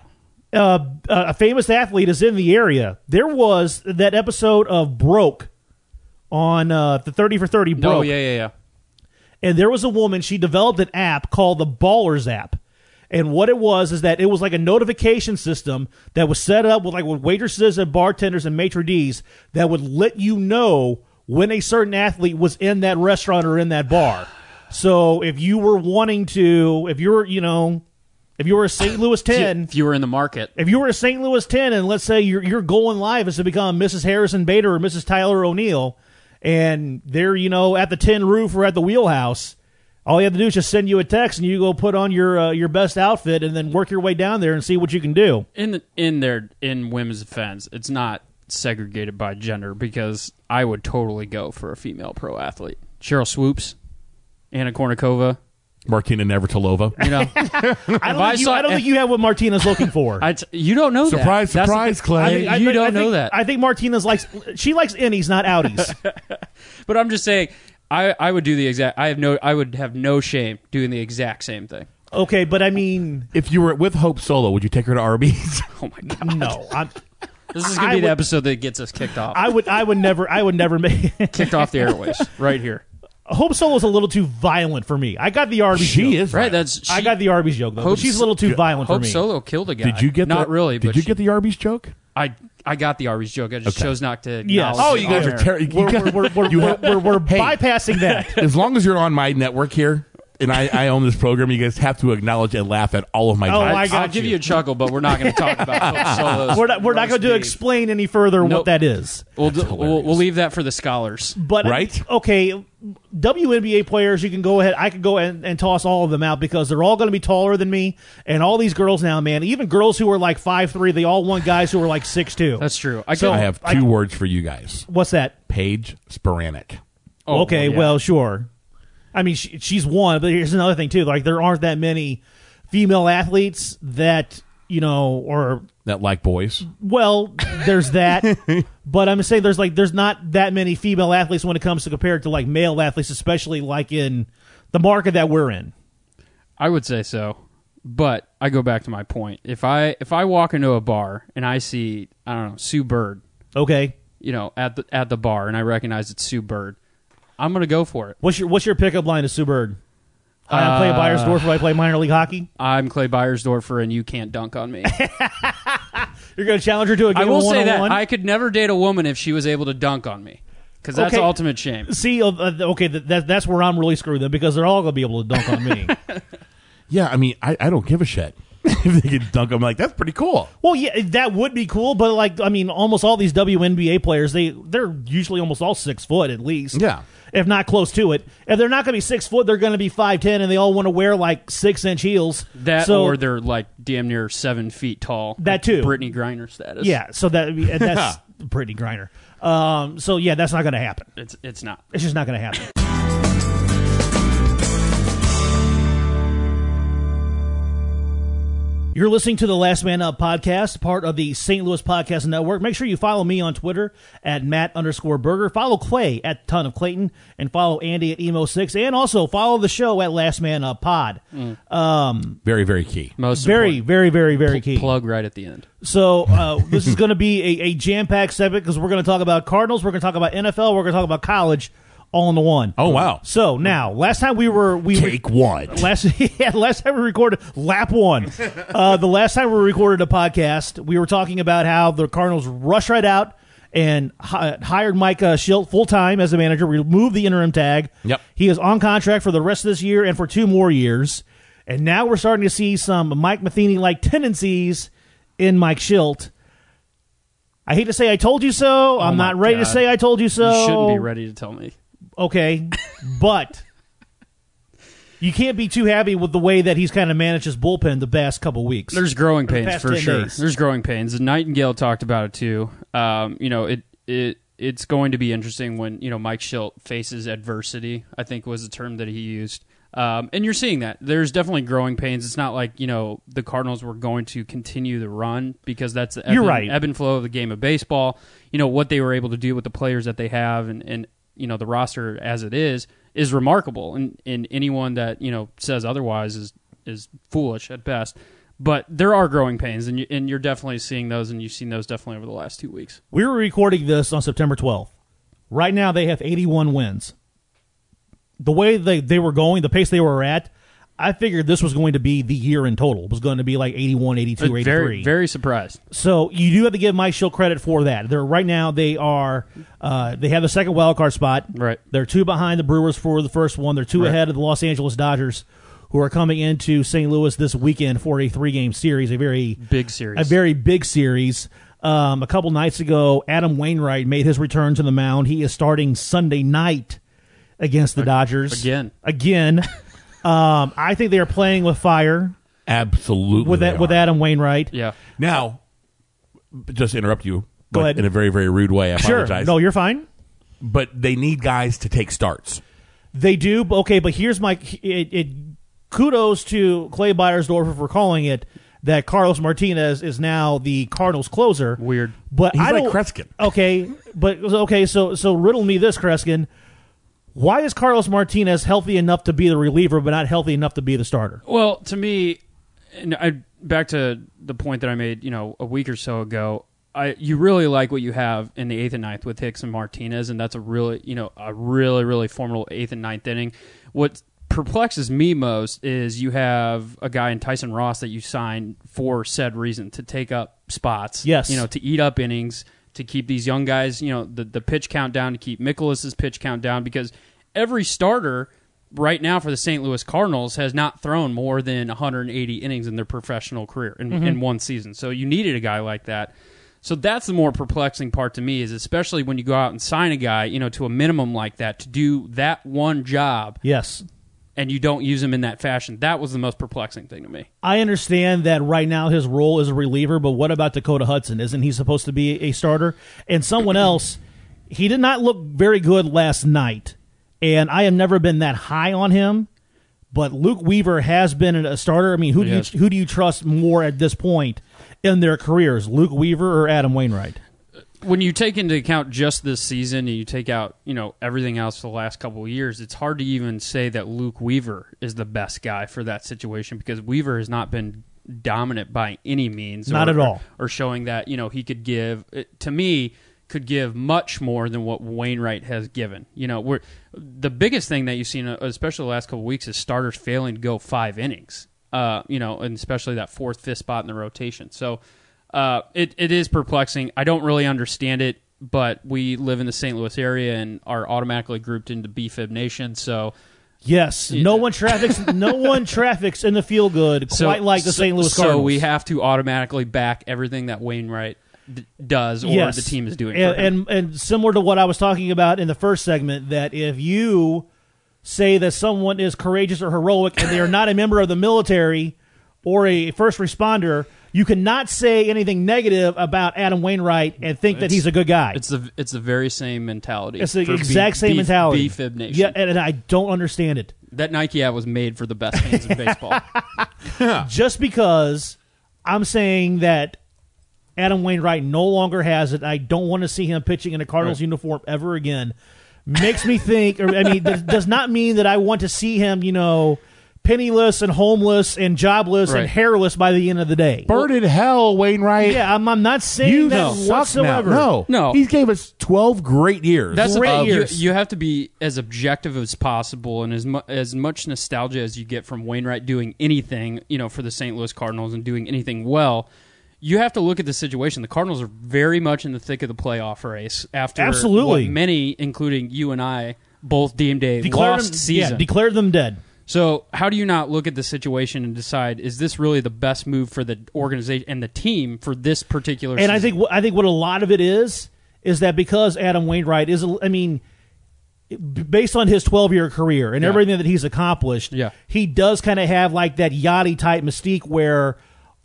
Speaker 2: uh, a famous athlete is in the area. There was that episode of Broke on uh, the 30 for 30 Broke.
Speaker 4: Oh yeah, yeah, yeah.
Speaker 2: And there was a woman, she developed an app called the Ballers app. And what it was is that it was like a notification system that was set up with like with waitresses and bartenders and maitre d's that would let you know when a certain athlete was in that restaurant or in that bar. So if you were wanting to, if you were, you know, if you were a St. Louis ten,
Speaker 4: If you were in the market,
Speaker 2: if you were a St. Louis 10 and let's say your your goal in life is to become Mrs. Harrison Bader or Mrs. Tyler O'Neill, and they're you know at the tin roof or at the wheelhouse, all you have to do is just send you a text and you go put on your uh, your best outfit and then work your way down there and see what you can
Speaker 4: [laughs]
Speaker 2: do.
Speaker 4: in the, in their in women's defense, it's not segregated by gender because I would totally go for a female pro athlete. Cheryl Swoops, Anna Kournikova.
Speaker 3: Martina Navratilova.
Speaker 2: [laughs]
Speaker 4: You know,
Speaker 2: I don't,
Speaker 4: I
Speaker 2: think you,
Speaker 4: saw-
Speaker 2: I don't think you have what Martina's looking for.
Speaker 4: [laughs] I t- you don't know
Speaker 3: Surprise,
Speaker 4: that. That's the
Speaker 3: surprise,
Speaker 4: thing.
Speaker 3: Clay.
Speaker 4: You
Speaker 2: I think-
Speaker 4: don't
Speaker 2: I
Speaker 4: know
Speaker 2: think-
Speaker 4: that.
Speaker 2: I think Martinez likes she likes innies, not
Speaker 4: [laughs]
Speaker 2: outies.
Speaker 4: But I'm just saying, I, I would do the exact. I have no. I would have no shame doing the exact same thing. [laughs]
Speaker 2: okay, but I mean,
Speaker 3: If you were with Hope Solo, would you take her to Arby's?
Speaker 4: Oh my
Speaker 2: [laughs]
Speaker 4: god,
Speaker 2: no, I'm,
Speaker 4: this is gonna
Speaker 2: I
Speaker 4: be the
Speaker 2: would-
Speaker 4: episode that gets us kicked off,
Speaker 2: [laughs] I would I would never I would never [laughs] make.
Speaker 4: kicked off the airways
Speaker 3: [laughs]
Speaker 4: right here.
Speaker 2: Hope Solo's a little too violent for me. I got the Arby's. joke.
Speaker 3: she is
Speaker 4: Right, that's she,
Speaker 2: I got the Arby's joke though. but
Speaker 4: Hope
Speaker 2: she's a
Speaker 4: so-
Speaker 2: little too violent for
Speaker 4: Hope
Speaker 2: me.
Speaker 4: Solo killed a
Speaker 3: [laughs]
Speaker 4: guy.
Speaker 3: Did you get
Speaker 4: not
Speaker 3: the,
Speaker 4: really?
Speaker 3: Did
Speaker 4: but
Speaker 3: you
Speaker 4: she-
Speaker 3: get the Arby's joke?
Speaker 4: I I got the Arby's joke. I just chose not to.
Speaker 2: Yes.
Speaker 4: acknowledge
Speaker 2: Oh,
Speaker 4: it
Speaker 2: you
Speaker 4: on
Speaker 2: guys
Speaker 4: air.
Speaker 2: are
Speaker 3: terrible.
Speaker 2: We're, we're, [laughs] we're, we're, we're, we're
Speaker 3: [laughs]
Speaker 2: bypassing that.
Speaker 3: as long as you're on my network here and I, I own this program, you guys have to acknowledge and laugh at all of my
Speaker 2: Oh,
Speaker 3: jokes.
Speaker 2: I
Speaker 4: I'll
Speaker 2: got
Speaker 4: give
Speaker 2: you.
Speaker 4: you a chuckle, but we're not going to [laughs] talk about Hope Solo's
Speaker 2: We're not, we're not going
Speaker 4: roast
Speaker 2: to
Speaker 4: beef.
Speaker 2: explain any further
Speaker 4: Nope.
Speaker 2: what that is.
Speaker 4: We'll, do, we'll
Speaker 3: hilarious.
Speaker 4: we'll leave that for the scholars.
Speaker 2: But uh,
Speaker 3: Right?
Speaker 2: okay, WNBA players, you can go ahead. I could go and, and toss all of them out because they're all going to be taller than me, and all these girls now, man, even girls who are like five three, they all want guys who are like six two.
Speaker 4: That's true. I,
Speaker 2: So-
Speaker 4: could-
Speaker 3: I have two words for you guys
Speaker 2: What's that?
Speaker 3: Paige Sporanic.
Speaker 4: oh,
Speaker 2: okay,
Speaker 4: yeah.
Speaker 2: well, sure. I mean, she, she's one, but here's another thing too. Like there aren't that many female athletes that you know, or
Speaker 3: That like boys.
Speaker 2: Well, there's
Speaker 4: [laughs]
Speaker 2: that, but I'm saying there's like there's not that many female athletes when it comes to compared to like male athletes, especially like in the market that we're in.
Speaker 4: I would say so, but I go back to my point. If I if I walk into a bar and I see I don't know Sue Bird,
Speaker 2: Okay,
Speaker 4: you know at the at the bar, and I recognize it's Sue Bird, I'm gonna go for it.
Speaker 2: what's your what's your pickup line to Sue Bird? Hi, I'm playing
Speaker 4: Uh,
Speaker 2: Byersdorf. I play minor league hockey.
Speaker 4: I'm Clay Byersdorfer, and you can't dunk
Speaker 2: [laughs]
Speaker 4: on me.
Speaker 2: You're going to challenge her to a game
Speaker 4: I will say that
Speaker 2: one.
Speaker 4: I could never date a woman if she was able to dunk on me, because that's
Speaker 2: Okay.
Speaker 4: ultimate shame.
Speaker 2: See, uh, uh, okay, th- that, that's where I'm really screwed then because they're all going to be able to dunk on me.
Speaker 4: [laughs]
Speaker 3: Yeah, I mean, I, I don't give a shit. [laughs] if they could dunk, I'm like, that's pretty cool.
Speaker 2: well, yeah, that would be cool, but like, I mean, almost all these WNBA players they they're usually almost all six foot at least.
Speaker 3: Yeah.
Speaker 2: if not close to it. If they're not going to be six foot, they're going to be five ten, and they all want to wear like six inch heels.
Speaker 4: That
Speaker 2: so,
Speaker 4: or they're like damn near seven feet tall.
Speaker 2: That
Speaker 4: like
Speaker 2: too.
Speaker 4: Brittany Griner status.
Speaker 2: yeah, so that that's Brittany Griner. Um, so yeah, that's not going to happen.
Speaker 4: it's it's not.
Speaker 2: It's just not going to happen. You're listening to the Last Man Up podcast, part of the St. Louis Podcast Network. Make sure you follow me on Twitter at Matt underscore Burger. Follow Clay at Ton of Clayton, and follow Andy at Emo6, and also follow the show at Last Man Up Pod.
Speaker 3: Very, very key.
Speaker 4: Most
Speaker 2: Very,
Speaker 4: important.
Speaker 2: very, very, very key.
Speaker 4: plug right at the end.
Speaker 2: So uh, this is going to be a, a jam packed segment because we're going to talk about Cardinals, we're going to talk about NFL, we're going to talk about college, all in the one.
Speaker 3: Oh, wow.
Speaker 2: So now, last time we were we re-
Speaker 3: Take one.
Speaker 2: last [laughs] yeah, last time we recorded lap
Speaker 4: [laughs]
Speaker 2: one. Uh, the last time we recorded a podcast, we were talking about how the Cardinals rushed right out and hi- hired Mike uh, Schilt full time as the manager. Removed the interim tag.
Speaker 3: Yep.
Speaker 2: he is on contract for the rest of this year and for two more years. And now we're starting to see some Mike Matheny like tendencies in Mike Schilt. I hate to say I told you so. I'm
Speaker 4: Oh my
Speaker 2: not ready to
Speaker 4: God.
Speaker 2: say I told you so
Speaker 4: You shouldn't be ready to tell me.
Speaker 2: okay, but you can't be too happy with the way that he's kind of managed his bullpen the past couple weeks.
Speaker 4: There's growing pains
Speaker 2: past
Speaker 4: for
Speaker 2: 10
Speaker 4: sure.
Speaker 2: days.
Speaker 4: There's growing pains. And Nightingale talked about it too. Um, you know, it it it's going to be interesting when you know Mike Schilt faces adversity. I think was the term that he used. Um, and you're seeing that there's definitely growing pains. It's not like you know the Cardinals were going to continue the run because that's the ebb,
Speaker 2: You're
Speaker 4: and-
Speaker 2: right.
Speaker 4: ebb and flow of the game of baseball. You know what they were able to do with the players that they have, and and you know the roster as it is is remarkable. And and anyone that you know says otherwise is is foolish at best. But there are growing pains, and you, and you're definitely seeing those, and you've seen those definitely over the last two weeks.
Speaker 2: we were recording this on September 12th. Right now, they have 81 wins. The way they, they were going, the pace they were at, I figured this was going to be the year in total. It was going to be like 81, 82,
Speaker 4: Uh,
Speaker 2: 83.
Speaker 4: very, very surprised.
Speaker 2: So you do have to give My Shield credit for that. They're right now they are uh, they have the second wild card spot.
Speaker 4: Right.
Speaker 2: They're two behind the Brewers for the first one. They're two
Speaker 4: Right.
Speaker 2: ahead of the Los Angeles Dodgers, who are coming into St. Louis this weekend for a three game series, a very
Speaker 4: Big series.
Speaker 2: a very big series. Um, a couple nights ago, Adam Wainwright made his return to the mound. He is starting Sunday night against the Dodgers
Speaker 4: again. [laughs]
Speaker 2: Again, um, I think they are playing with fire
Speaker 3: Absolutely.
Speaker 2: with
Speaker 3: they
Speaker 2: that with
Speaker 3: are.
Speaker 2: Adam Wainwright.
Speaker 4: yeah.
Speaker 3: Now, just to interrupt you.
Speaker 2: Go
Speaker 3: like,
Speaker 2: ahead.
Speaker 3: In a very, very rude way. I
Speaker 2: Sure,
Speaker 3: apologize.
Speaker 2: no, you're fine.
Speaker 3: but they need guys to take starts.
Speaker 2: They do. but- Okay, but here's my it, it kudos to Clay Byersdorfer for calling it that Carlos Martinez is now the Cardinals closer.
Speaker 4: Weird.
Speaker 2: But
Speaker 3: He's
Speaker 2: I
Speaker 3: like
Speaker 2: don't
Speaker 3: Kreskin.
Speaker 2: Okay, but okay, so so riddle me this Kreskin. Why is Carlos Martinez healthy enough to be the reliever but not healthy enough to be the starter?
Speaker 4: Well, to me, and I back to the point that I made, you know, a week or so ago. I you really like what you have in the eighth and ninth with Hicks and Martinez, and that's a really you know a really really formidable eighth and ninth inning. What perplexes me most is you have a guy in Tyson Ross that you signed for said reason to take up spots.
Speaker 2: Yes.
Speaker 4: you know to eat up innings to keep these young guys, you know, the, the pitch count down, to keep Mikolas's pitch count down, because every starter right now for the St. Louis Cardinals has not thrown more than 180 innings in their professional career in, in one season. So you needed a guy like that. So that's the more perplexing part to me is especially when you go out and sign a guy, you know, to a minimum like that to do that one job
Speaker 2: Yes.
Speaker 4: and you don't use him in that fashion. That was the most perplexing thing to me.
Speaker 2: I understand that right now his role is a reliever, but what about Dakota Hudson? Isn't he supposed to be a starter? And someone else, he did not look very good last night. And I have never been that high on him, but Luke Weaver has been a starter. I mean, who do
Speaker 4: Yes.
Speaker 2: you who do you trust more at this point in their careers, Luke Weaver or Adam Wainwright?
Speaker 4: when you take into account just this season and you take out you know everything else for the last couple of years, it's hard to even say that Luke Weaver is the best guy for that situation because Weaver has not been dominant by any means,
Speaker 2: Not
Speaker 4: or-
Speaker 2: at all.
Speaker 4: or showing that you know he could give it, to me could give much more than what Wainwright has given. You know, we're the biggest thing that you've seen, uh, especially the last couple of weeks, is starters failing to go five innings. Uh, you know, and especially that fourth, fifth spot in the rotation. So, uh, it it is perplexing. I don't really understand it, but we live in the St. Louis area and are automatically grouped into BFib Nation. So,
Speaker 2: Yes, no one traffics no one traffics in the field good
Speaker 4: so
Speaker 2: quite like the
Speaker 4: so-
Speaker 2: St. Louis
Speaker 4: So
Speaker 2: Cardinals.
Speaker 4: we have to automatically back everything that Wainwright d- does or
Speaker 2: yes.
Speaker 4: the team is doing. for him.
Speaker 2: And, and and similar to what I was talking about in the first segment, that if you say that someone is courageous or heroic and they are not a member of the military or a first responder, you cannot say anything negative about Adam Wainwright and think that he's a good guy.
Speaker 4: It's the it's the very same mentality.
Speaker 2: It's the
Speaker 4: for
Speaker 2: exact
Speaker 4: B-
Speaker 2: same
Speaker 4: B-
Speaker 2: mentality.
Speaker 4: BFib Nation.
Speaker 2: Yeah, and, and I don't understand it.
Speaker 4: that Nike ad was made for the best
Speaker 2: [laughs]
Speaker 4: fans in baseball.
Speaker 2: Just because I'm saying that Adam Wainwright no longer has it, I don't want to see him pitching in a Cardinals uniform ever again. Makes me think, or I mean, does, does not mean that I want to see him, you know, penniless and homeless and jobless
Speaker 4: Right.
Speaker 2: and hairless by the end of the day.
Speaker 3: Bird in hell, Wainwright.
Speaker 2: yeah, I'm, I'm not saying
Speaker 3: You
Speaker 2: that
Speaker 3: suck now.
Speaker 2: whatsoever.
Speaker 3: No,
Speaker 4: No.
Speaker 3: He gave us twelve great years.
Speaker 4: That's
Speaker 2: Great
Speaker 4: uh, you-
Speaker 2: years.
Speaker 4: You, have to be as objective as possible, and as mu- as much nostalgia as you get from Wainwright doing anything, you know, for the St. Louis Cardinals and doing anything well. You have to look at the situation. The Cardinals are very much in the thick of the playoff race after
Speaker 2: Absolutely.
Speaker 4: what many, including you and I, both deemed a
Speaker 2: Declare
Speaker 4: lost
Speaker 2: them,
Speaker 4: season.
Speaker 2: Yeah, declare them dead.
Speaker 4: So, how do you not look at the situation and decide is this really the best move for the organization and the team for this particular?
Speaker 2: And I
Speaker 4: season?
Speaker 2: think wh- I think what a lot of it is is that because Adam Wainwright is, a- I mean, b- based on his twelve year career and
Speaker 4: Yeah.
Speaker 2: everything that he's accomplished,
Speaker 4: Yeah.
Speaker 2: he does kind of have like that Yachty type mystique where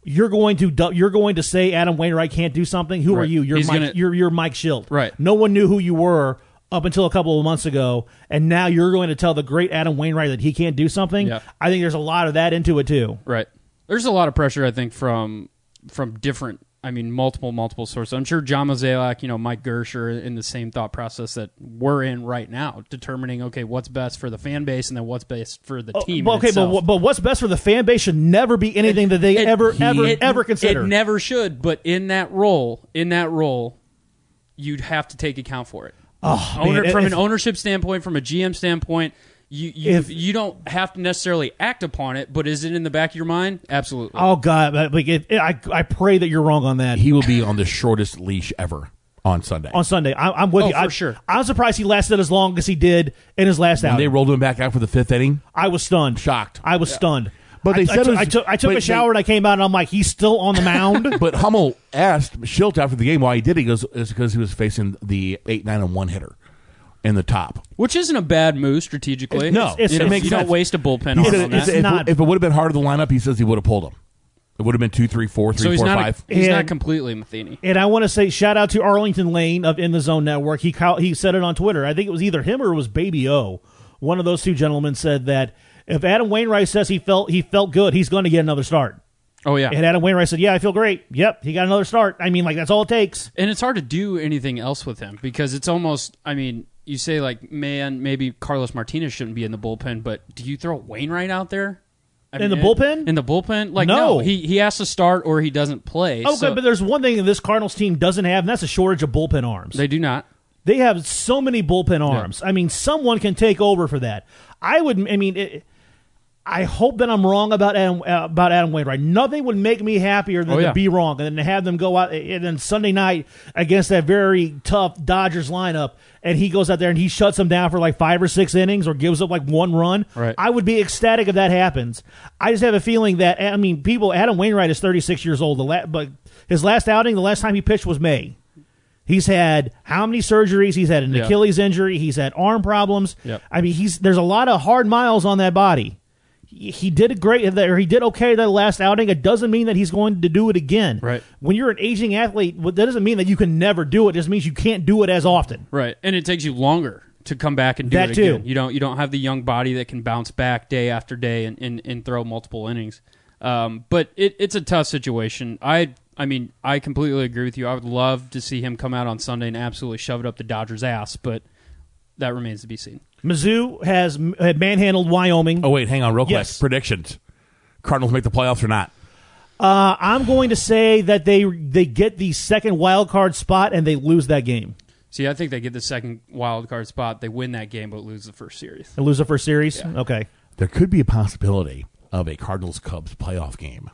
Speaker 2: you're going to du- you're going to say Adam Wainwright can't do something. Who are
Speaker 4: Right.
Speaker 2: you? You're
Speaker 4: He's
Speaker 2: Mike.
Speaker 4: gonna-
Speaker 2: you're you're Mike Schilt.
Speaker 4: Right.
Speaker 2: No one knew who you were. Up until a couple of months ago, and now you're going to tell the great Adam Wainwright that he can't do something.
Speaker 4: Yeah.
Speaker 2: I think there's a lot of that into it too.
Speaker 4: right. There's a lot of pressure, I think, from from different. I mean, multiple multiple sources. I'm sure John Mozeliak, you know, Mike Gersh are in the same thought process that we're in right now, determining okay, what's best for the fan base and then what's best for the team.
Speaker 2: But
Speaker 4: in
Speaker 2: Oh, okay, but,
Speaker 4: itself.
Speaker 2: wh- but what's best for the fan base should never be anything that they
Speaker 4: It-
Speaker 2: ever,
Speaker 4: he-
Speaker 2: ever,
Speaker 4: it-
Speaker 2: ever consider.
Speaker 4: It never should, but in that role, in that role, you'd have to take account for it.
Speaker 2: Oh,
Speaker 4: Owner,
Speaker 2: man,
Speaker 4: from
Speaker 2: it-
Speaker 4: an ownership standpoint, from a GM standpoint, You you,
Speaker 2: If-
Speaker 4: you don't have to necessarily act upon it, but is it in the back of your mind? Absolutely.
Speaker 2: Oh God! but- But if, I I pray that you're wrong on that.
Speaker 3: He will be on the shortest leash ever on Sunday.
Speaker 2: on Sunday, I, I'm with
Speaker 4: Oh,
Speaker 2: you. I,
Speaker 4: for sure.
Speaker 2: I'm surprised he lasted as long as he did in his last
Speaker 3: and
Speaker 2: out.
Speaker 3: they rolled him back out for the fifth inning.
Speaker 2: I was stunned,
Speaker 3: Shocked.
Speaker 2: I was stunned.
Speaker 3: But they
Speaker 2: I- I,
Speaker 3: said it
Speaker 2: took-
Speaker 3: was-
Speaker 2: I took I took
Speaker 3: but
Speaker 2: a
Speaker 3: they-
Speaker 2: shower and I came out and I'm like, he's still on the
Speaker 3: [laughs]
Speaker 2: mound.
Speaker 3: But Hummel asked Schilt after the game why he did. it. He goes, "It's because he was facing the eight, nine, and one hitter in the top."
Speaker 4: Which isn't a bad move strategically.
Speaker 3: No,
Speaker 4: you,
Speaker 2: it's-
Speaker 4: know,
Speaker 2: it makes
Speaker 4: you don't
Speaker 2: sense.
Speaker 4: waste a bullpen
Speaker 3: He
Speaker 4: arm
Speaker 3: said
Speaker 4: on
Speaker 3: it-
Speaker 4: that.
Speaker 3: if,
Speaker 2: not-
Speaker 3: if it would have been hard to line up, he says he would have pulled him. It would have been two, three, four,
Speaker 4: so
Speaker 3: three,
Speaker 4: he's
Speaker 3: four,
Speaker 4: not
Speaker 3: five.
Speaker 4: a, he's
Speaker 2: And-
Speaker 4: not completely Matheny.
Speaker 2: and I want to say shout out to Arlington Lane of In the Zone Network. He call, he said it on Twitter. I think it was either him or it was Baby O. One of those two gentlemen said that if Adam Wainwright says he felt he felt good, he's going to get another start.
Speaker 4: Oh yeah.
Speaker 2: And Adam Wainwright said, "Yeah, I feel great. Yep, he got another start. I mean, like that's all it takes."
Speaker 4: And it's hard to do anything else with him because it's almost. I mean, you say like, man, maybe Carlos Martinez shouldn't be in the bullpen, but do you throw Wainwright out there? I
Speaker 2: In the bullpen?
Speaker 4: In the bullpen? Like
Speaker 2: No.
Speaker 4: no, he he has to start or he doesn't play.
Speaker 2: Okay,
Speaker 4: so
Speaker 2: but there's one thing that this Cardinals team doesn't have, and that's a shortage of bullpen arms.
Speaker 4: they do not.
Speaker 2: They have so many bullpen arms. I mean, someone can take over for that. I would. I mean, it, I hope that I'm wrong about Adam, uh, about Adam Wainwright. Nothing would make me happier than
Speaker 4: Oh, yeah.
Speaker 2: to be wrong and then to have them go out and then Sunday night against that very tough Dodgers lineup, and he goes out there and he shuts them down for like five or six innings or gives up like one run.
Speaker 4: Right.
Speaker 2: I would be ecstatic if that happens. I just have a feeling that I mean, people. Adam Wainwright is 36 years old. The la- but his last outing, the last time he pitched was May. He's had how many surgeries? He's had an
Speaker 4: Yeah.
Speaker 2: Achilles injury. He's had arm problems.
Speaker 4: Yep.
Speaker 2: I mean, he's there's a lot of hard miles on that body. He, he did great, or he did okay that last outing. It doesn't mean that he's going to do it again.
Speaker 4: Right.
Speaker 2: When you're an aging athlete, what- that doesn't mean that you can never do it. It just means you can't do it as often.
Speaker 4: Right, and it takes you longer to come back and do
Speaker 2: That
Speaker 4: it
Speaker 2: too.
Speaker 4: again. You don't you don't have the young body that can bounce back day after day and, and, and throw multiple innings. Um, but it, it's a tough situation. I I mean I completely agree with you. I would love to see him come out on Sunday and absolutely shove it up the Dodgers' ass, but that remains to be seen.
Speaker 2: Mizzou has m- had manhandled Wyoming.
Speaker 3: Oh wait, hang on, real quick.
Speaker 2: Yes.
Speaker 3: Predictions: Cardinals make the playoffs or not?
Speaker 2: Uh, I'm going to say that they they get the second wild card spot and they lose that game.
Speaker 4: See, I think they get the second wild card spot. They win that game, but lose the first series.
Speaker 2: They lose the first series. Okay,
Speaker 3: There could be a possibility of a Cardinals Cubs playoff game,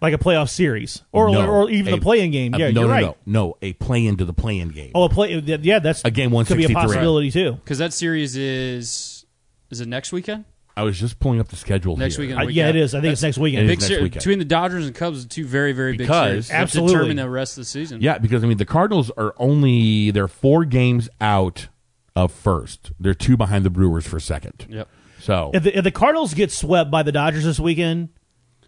Speaker 2: like a playoff series, or
Speaker 3: No,
Speaker 2: or even
Speaker 3: a-
Speaker 2: the play-in game.
Speaker 3: a-
Speaker 2: yeah,
Speaker 3: no, no,
Speaker 2: you're right.
Speaker 3: no, no, a play into the play in game.
Speaker 2: Oh, a play. Yeah, that's
Speaker 3: A game
Speaker 2: could be a
Speaker 3: 163.
Speaker 2: possibility too.
Speaker 4: Because that series is is it next weekend?
Speaker 3: I was just pulling up the schedule
Speaker 4: Next
Speaker 3: here.
Speaker 4: weekend.
Speaker 2: Uh, yeah, it is. I think it's next weekend.
Speaker 3: It
Speaker 4: Big
Speaker 3: is next
Speaker 4: ser-
Speaker 3: weekend.
Speaker 4: between the Dodgers and Cubs, two very very big
Speaker 3: Because-
Speaker 4: series. That
Speaker 2: Absolutely.
Speaker 4: determine the rest of the season.
Speaker 3: Yeah, because I mean the Cardinals are only they're four games out of first. They're two behind the Brewers for second.
Speaker 4: Yep.
Speaker 3: So
Speaker 2: If the, if the Cardinals get swept by the Dodgers this weekend,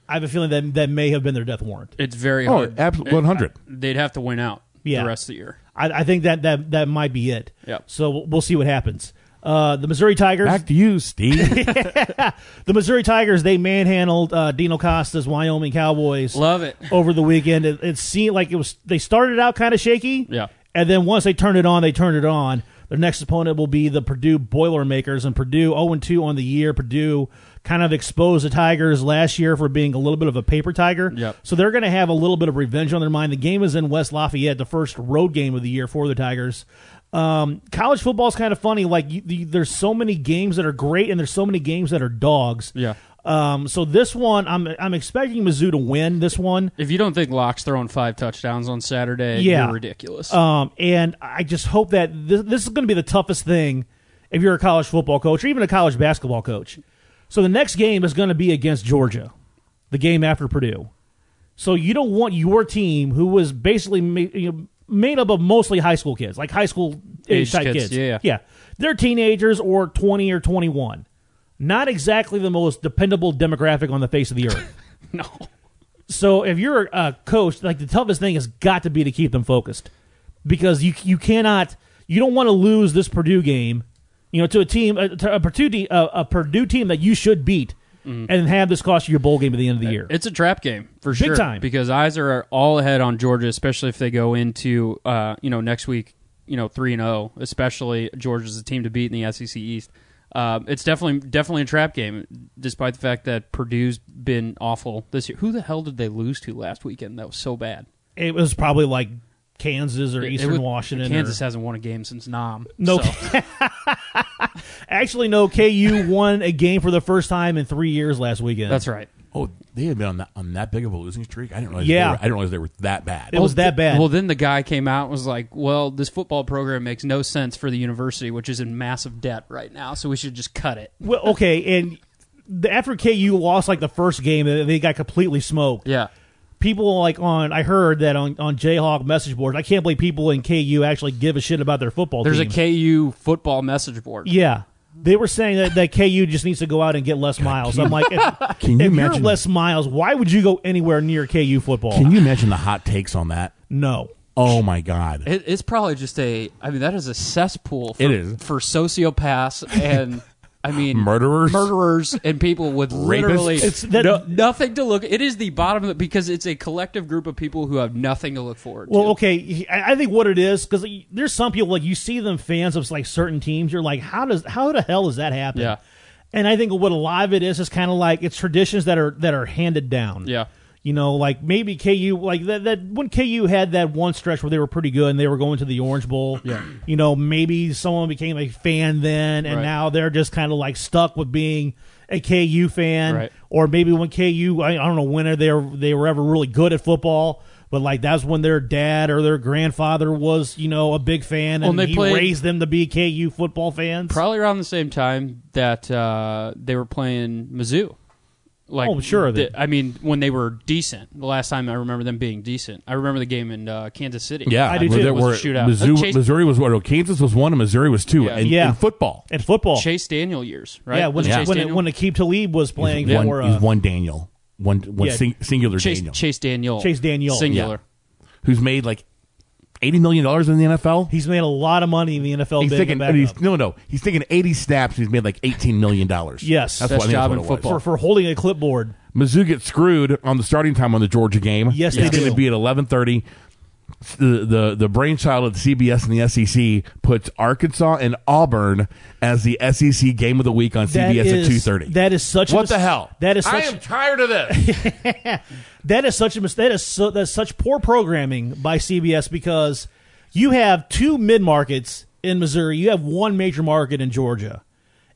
Speaker 2: I have a feeling that that may have been their death warrant.
Speaker 4: It's very
Speaker 3: Oh,
Speaker 4: hard.
Speaker 3: absolutely, 100.
Speaker 4: They'd have to win out
Speaker 2: Yeah.
Speaker 4: the rest of the year.
Speaker 2: I, I think that, that that might be it.
Speaker 4: Yep.
Speaker 2: So we'll, we'll see what happens. Uh, the Missouri Tigers.
Speaker 3: back to you,
Speaker 2: [laughs]
Speaker 3: Steve.
Speaker 2: the Missouri Tigers. They manhandled uh, Dino Costa's Wyoming Cowboys
Speaker 4: Love it.
Speaker 2: over the weekend. It, it seemed like it was. They started out kind of shaky.
Speaker 4: Yeah.
Speaker 2: And then once they turned it on, they turned it on. Their next opponent will be the Purdue Boilermakers, and Purdue 0 2 on the year. Purdue kind of exposed the Tigers last year for being a little bit of a paper tiger.
Speaker 4: Yep.
Speaker 2: So they're going to have a little bit of revenge on their mind. The game is in West Lafayette, the first road game of the year for the Tigers. Um, college football is kind of funny. Like you, you, there's so many games that are great, and there's so many games that are dogs.
Speaker 4: Yeah.
Speaker 2: Um, so this one, I'm I'm expecting Mizzou to win this one.
Speaker 4: If you don't think Locke's throwing five touchdowns on Saturday,
Speaker 2: Yeah.
Speaker 4: you're ridiculous.
Speaker 2: Um, and I just hope that this, this is going to be the toughest thing if you're a college football coach or even a college basketball coach. So the next game is going to be against Georgia, the game after Purdue. So you don't want your team, who was basically ma- you know, made up of mostly high school kids, like high school age
Speaker 4: Age
Speaker 2: type kids.
Speaker 4: kids, yeah, yeah.
Speaker 2: They're teenagers or 20 or 21. Not exactly the most dependable demographic on the face of the earth.
Speaker 4: [laughs] no.
Speaker 2: So if you're a coach, like the toughest thing has got to be to keep them focused because you you cannot you don't want to lose this Purdue game, you know, to a team a, to a Purdue te- a, a Purdue team that you should beat
Speaker 4: Mm-hmm.
Speaker 2: and have this cost you your bowl game at the end of the year.
Speaker 4: It's a trap game for sure.
Speaker 2: time.
Speaker 4: Because eyes are all ahead on Georgia, especially if they go into uh, you know, next week, you know, three and zero, especially Georgia's a team to beat in the SEC East. Um, it's definitely definitely a trap game, despite the fact that Purdue's been awful this year. Who the hell did they lose to last weekend? That was so bad.
Speaker 2: It was probably like Kansas or
Speaker 4: It
Speaker 2: Eastern
Speaker 4: would-
Speaker 2: Washington. or-
Speaker 4: Kansas hasn't won a game since Nam.
Speaker 2: No.
Speaker 4: so.
Speaker 2: Actually, no. KU [laughs] won a game for the first time in three years last weekend.
Speaker 4: That's right.
Speaker 3: Oh, they had been on that, on that big of a losing streak. I didn't realize.
Speaker 2: Yeah.
Speaker 3: they were, I didn't realize they were that bad.
Speaker 2: It was that bad.
Speaker 4: Well, then the guy came out and was like, "Well, this football program makes no sense for the university, which is in massive debt right now, so we should just cut it."
Speaker 2: Well, okay, and the, after KU lost like the first game, they they got completely smoked.
Speaker 4: Yeah.
Speaker 2: People like on I heard that on on Jayhawk message boards. I can't believe people in KU actually give a shit about their football.
Speaker 4: There's a
Speaker 2: team.
Speaker 4: KU football message board.
Speaker 2: Yeah. They were saying that, that KU just needs to go out and get Les Miles. I'm like,
Speaker 3: [laughs]
Speaker 2: if,
Speaker 3: Can you
Speaker 2: if you're
Speaker 3: imagine-
Speaker 2: Les Miles, why would you go anywhere near KU football?
Speaker 3: Can you imagine the hot takes on that?
Speaker 2: no.
Speaker 3: Oh my god!
Speaker 4: It, it's probably just a. I mean, that is a cesspool. For,
Speaker 3: It is.
Speaker 4: for sociopaths and. I mean,
Speaker 3: Murderers?
Speaker 4: murderers, and people with literally
Speaker 2: It's that-
Speaker 4: no- nothing to look. It is the bottom of the, because it's a collective group of people who have nothing to look forward to.
Speaker 2: Well, okay, I I think what it is because there's some people like you see them fans of like certain teams. You're like, how does how the hell does that happen?
Speaker 4: Yeah.
Speaker 2: And I think what a lot of it is is kind of like it's traditions that are that are handed down.
Speaker 4: Yeah.
Speaker 2: You know, like maybe KU, like that, that when KU had that one stretch where they were pretty good and they were going to the Orange Bowl.
Speaker 4: Yeah.
Speaker 2: You know, maybe someone became a fan then, and
Speaker 4: Right.
Speaker 2: now they're just kind of like stuck with being a KU fan
Speaker 4: Right.
Speaker 2: or maybe when KU, I, I don't know when they were, they were ever really good at football, but like that's when their dad or their grandfather was, you know, a big fan,
Speaker 4: Well,
Speaker 2: and
Speaker 4: they
Speaker 2: he
Speaker 4: played-
Speaker 2: raised them to be KU football fans.
Speaker 4: probably around the same time that uh, they were playing Mizzou. Like,
Speaker 2: Oh, sure of
Speaker 4: the-
Speaker 2: it.
Speaker 4: I mean, when they were decent, the last time I remember them being decent, I remember the game in uh, Kansas City.
Speaker 3: Yeah,
Speaker 2: I do
Speaker 3: where
Speaker 2: too.
Speaker 3: there
Speaker 4: It was a
Speaker 3: were-
Speaker 4: shootout.
Speaker 3: Mizzou-
Speaker 4: Chase-
Speaker 3: Missouri was what? Oh, Kansas was one, and Missouri was two.
Speaker 4: Yeah.
Speaker 3: And,
Speaker 2: Yeah.
Speaker 3: in football,
Speaker 2: at football,
Speaker 4: Chase Daniel years, right?
Speaker 2: yeah, when
Speaker 4: Was it Chase
Speaker 2: when
Speaker 4: Daniel?
Speaker 2: when Akeem Talib was playing
Speaker 3: he's one,
Speaker 2: for
Speaker 3: he's
Speaker 2: uh,
Speaker 3: one Daniel, one one
Speaker 2: Yeah.
Speaker 3: sing, singular
Speaker 4: Chase
Speaker 3: Daniel,
Speaker 4: Chase Daniel,
Speaker 2: Chase Daniel.
Speaker 4: singular.
Speaker 3: who's made like eighty million dollars in the NFL.
Speaker 2: he's made a lot of money in the NFL.
Speaker 3: He's
Speaker 2: being a
Speaker 3: taking
Speaker 2: backup.
Speaker 3: he's, no, no. He's taking eighty snaps. and He's made like eighteen million dollars.
Speaker 2: Yes.
Speaker 3: that's
Speaker 4: Best
Speaker 3: what, I think
Speaker 4: job
Speaker 3: that's what
Speaker 4: in
Speaker 3: it was.
Speaker 4: football.
Speaker 2: for for holding a clipboard.
Speaker 3: Mizzou gets screwed on the starting time on the Georgia game.
Speaker 2: Yes,
Speaker 3: it's
Speaker 2: they
Speaker 3: going
Speaker 2: do.
Speaker 3: to be at eleven thirty. The, the the brainchild of the CBS and the SEC puts Arkansas and Auburn as the SEC game of the week on
Speaker 2: That
Speaker 3: CBS
Speaker 2: is-
Speaker 3: at two thirty.
Speaker 2: That is such. a
Speaker 3: what
Speaker 2: mis-
Speaker 3: the hell?
Speaker 2: That is such.
Speaker 3: I am tired of this.
Speaker 2: That is such a mis- that is so, that's such poor programming by CBS because you have two mid markets in Missouri, you have one major market in Georgia.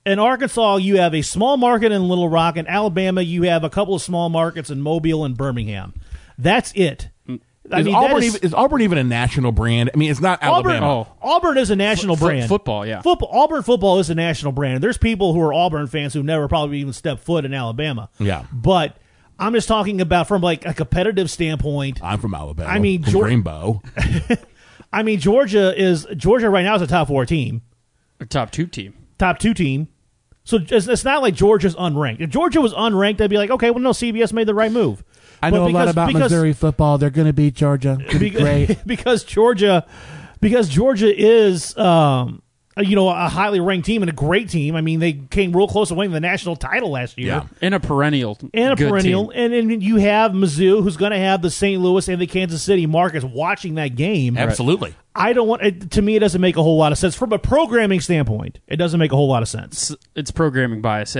Speaker 2: In Arkansas, you have a small market in Little Rock. In Alabama, you have a couple of small markets in Mobile and Birmingham. That's it. [laughs] I
Speaker 3: Mm. is,
Speaker 2: mean, that
Speaker 3: Auburn
Speaker 2: is-
Speaker 3: even, is Auburn even a national brand? I mean, it's not
Speaker 2: Auburn,
Speaker 3: Alabama.
Speaker 4: Oh.
Speaker 2: Auburn is a national
Speaker 4: Fo-
Speaker 2: brand.
Speaker 4: football, yeah.
Speaker 2: Football, Auburn football is a national brand. There's people who are Auburn fans who never probably even stepped foot in Alabama.
Speaker 3: Yeah.
Speaker 2: But I'm just talking about from like a competitive standpoint.
Speaker 3: I'm from Alabama.
Speaker 2: I mean,
Speaker 3: from
Speaker 2: Geor-
Speaker 3: Rainbow.
Speaker 2: I mean, Georgia is Georgia right now is a top four team,
Speaker 4: A top two team.
Speaker 2: top two team. So it's, it's not like Georgia's unranked. If Georgia was unranked, I'd be like, okay, well, no, CBS made the right move. But because- because- [laughs]
Speaker 3: football. They're going to beat Georgia. [laughs]
Speaker 2: because, [laughs] because Georgia, because Georgia is, um, a- you know, a highly ranked team and a great team. I mean, they came real close to winning the national title last year.
Speaker 3: Yeah.
Speaker 4: And a perennial.
Speaker 2: And a
Speaker 4: good
Speaker 2: perennial,
Speaker 4: team.
Speaker 2: and, and you have Mizzou, who's going to have the St. Louis and the Kansas City markets watching that game.
Speaker 3: Absolutely.
Speaker 2: I don't want it, to me. It doesn't make a whole lot of sense from a programming standpoint. It doesn't make a whole lot of sense.
Speaker 4: It's, it's programming bias, SEC.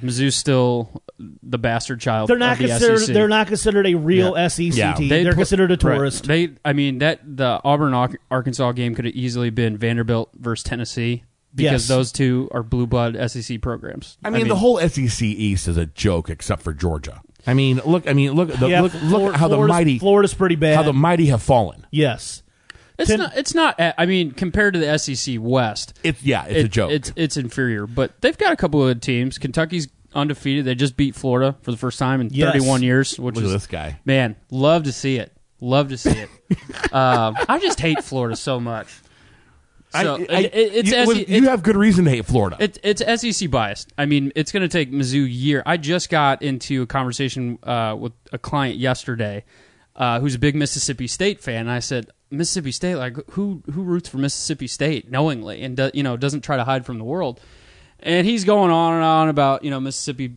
Speaker 4: Mizzou's still the bastard child.
Speaker 2: They're not
Speaker 4: of the E
Speaker 2: considered.
Speaker 4: SEC.
Speaker 2: They're not considered a real SEC
Speaker 3: Yeah.
Speaker 2: team.
Speaker 4: They
Speaker 2: They are
Speaker 4: put-
Speaker 2: considered a
Speaker 4: right.
Speaker 2: tourist.
Speaker 4: They, I mean, that the Auburn Ar- Arkansas game could have easily been Vanderbilt versus Tennessee because
Speaker 2: Yes.
Speaker 4: those two are blue blood SEC programs.
Speaker 3: I mean, the whole SEC East is a joke, except for Georgia. I mean, look. I mean, look. The,
Speaker 2: yeah,
Speaker 3: look, look
Speaker 2: Flor-
Speaker 3: at how the
Speaker 2: Florida's-
Speaker 3: mighty,
Speaker 2: Florida's pretty bad.
Speaker 3: how the mighty have fallen.
Speaker 2: yes,
Speaker 4: it's
Speaker 2: Ten-
Speaker 4: not. It's not. I mean, compared to the SEC West,
Speaker 3: It's yeah, it's a
Speaker 4: it-
Speaker 3: joke.
Speaker 4: It's it's inferior, but they've got a couple of good teams. Kentucky's undefeated. They just beat Florida for the first time in
Speaker 2: Yes.
Speaker 4: 31 years. Which
Speaker 3: Look at
Speaker 4: is
Speaker 3: this guy.
Speaker 4: Man, love to see it. Love to
Speaker 3: [laughs]
Speaker 4: see it. um, I just hate Florida so much. So
Speaker 3: I- I-
Speaker 4: it- it's E
Speaker 3: you,
Speaker 4: SEC
Speaker 3: with- you have good reason to hate Florida.
Speaker 4: It, it's SEC biased. I mean, it's going to take Mizzou year. I just got into a conversation uh, with a client yesterday uh, who's a big Mississippi State fan. And I said, Mississippi State, like who who roots for Mississippi State knowingly and do, you know doesn't try to hide from the world. And he's going on and on about you know Mississippi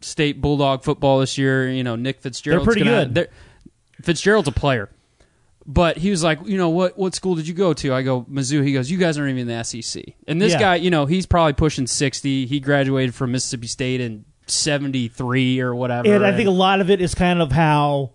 Speaker 4: State Bulldog football this year. You know Nick Fitzgerald.
Speaker 2: pretty
Speaker 4: gonna,
Speaker 2: good.
Speaker 4: They're, Fitzgerald's a player. But he was like, you know, what what school did you go to? I go Mizzou. He goes, you guys aren't even in the SEC. And this
Speaker 2: Yeah.
Speaker 4: guy, you know, he's probably pushing sixty. He graduated from Mississippi State in seventy three or whatever.
Speaker 2: and I think a lot of it is kind of how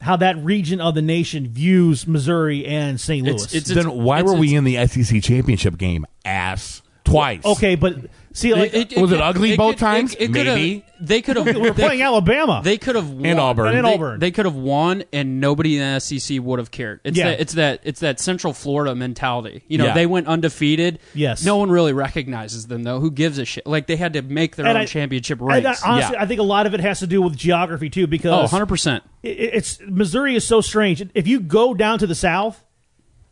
Speaker 2: how that region of the nation views Missouri and St. Louis.
Speaker 4: It's- it's-
Speaker 3: then why
Speaker 4: it's-
Speaker 3: were we
Speaker 4: it's-
Speaker 3: in the SEC championship game, ass? twice.
Speaker 2: Okay, but see, like,
Speaker 3: Was it ugly both times?
Speaker 4: coulda-
Speaker 3: Maybe.
Speaker 4: they could have.
Speaker 2: [laughs] we're playing Alabama.
Speaker 4: They could have won
Speaker 3: And Auburn.
Speaker 2: And
Speaker 4: They,
Speaker 2: Auburn.
Speaker 4: they could have won, and nobody in the SEC would have cared. It's
Speaker 2: Yeah.
Speaker 4: that it's that it's that Central Florida mentality. You know,
Speaker 3: Yeah.
Speaker 4: they went undefeated.
Speaker 2: Yes.
Speaker 4: no one really recognizes them though. Who gives a shit? Like they had to make their
Speaker 2: And
Speaker 4: own
Speaker 2: I-
Speaker 4: championship
Speaker 2: and I-
Speaker 4: ranks.
Speaker 2: honestly,
Speaker 3: Yeah.
Speaker 2: I think a lot of it has to do with geography too,
Speaker 4: oh,
Speaker 2: because
Speaker 4: 100 percent.
Speaker 2: it- it's Missouri is so strange. If you go down to the South,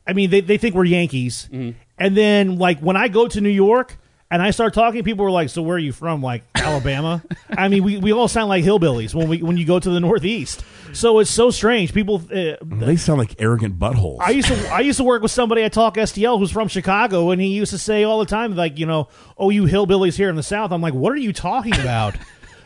Speaker 2: I mean, they, they think we're Yankees, and then like when I go to New York and I start talking, people are like, "So where are you from?" Like Alabama. I mean, we, we all sound like hillbillies when we when you go to the Northeast. So it's so strange. People. Uh,
Speaker 3: They sound like arrogant buttholes.
Speaker 2: I used to I used to work with somebody at Talk STL who's from Chicago, and he used to say all the time, like, you know, oh, you hillbillies here in the South. I'm like, what are you talking [laughs] about?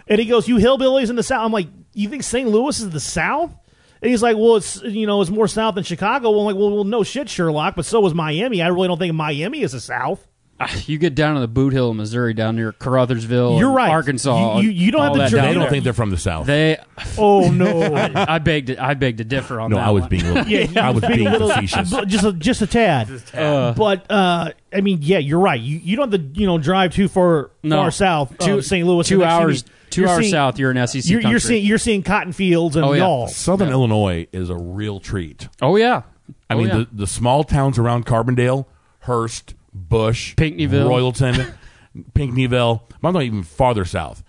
Speaker 2: and he goes, you hillbillies in the South. I'm like, you think St. Louis is the South? And he's like, well, it's you know, it's more South than Chicago. Well, I'm like, well, well, no shit, Sherlock, but so is Miami. I really don't think Miami is the South.
Speaker 4: Ah, You get down to the Boot Hill, Missouri, down near Carruthersville.
Speaker 2: You're
Speaker 4: and
Speaker 2: right.
Speaker 4: Arkansas.
Speaker 2: You- you- you don't have
Speaker 4: all
Speaker 2: to
Speaker 4: that
Speaker 2: journey
Speaker 4: down
Speaker 3: they don't
Speaker 4: there.
Speaker 3: think they're from the South.
Speaker 4: They,
Speaker 2: Oh [laughs] no.
Speaker 4: I beg to, I beg to differ on
Speaker 3: no,
Speaker 4: that.
Speaker 3: I was
Speaker 4: [laughs] one.
Speaker 3: being a little,
Speaker 2: Yeah, he
Speaker 3: [laughs] I was
Speaker 2: being
Speaker 3: being
Speaker 2: a little-
Speaker 4: [laughs]
Speaker 3: facetious.
Speaker 2: but just a, just a tad. but uh, I mean, yeah, you're right. You, you don't have to you know drive too far
Speaker 4: No.
Speaker 2: far south
Speaker 4: Two-
Speaker 2: of St. Louis.
Speaker 4: two
Speaker 2: The next thing
Speaker 4: hours-
Speaker 2: you-
Speaker 4: two
Speaker 2: you're
Speaker 4: hours south, you're in SEC
Speaker 2: You're, you're
Speaker 4: country.
Speaker 2: seeing you're seeing cotton fields and
Speaker 4: Oh, yeah.
Speaker 2: y'all.
Speaker 3: Southern Illinois is a real treat.
Speaker 4: Oh yeah.
Speaker 3: I
Speaker 4: Oh,
Speaker 3: mean,
Speaker 4: yeah.
Speaker 3: the, the small towns around Carbondale, Hearst, Bush,
Speaker 4: Pinckneyville. [laughs]
Speaker 3: Royalton, Pinckneyville. I'm not even farther south.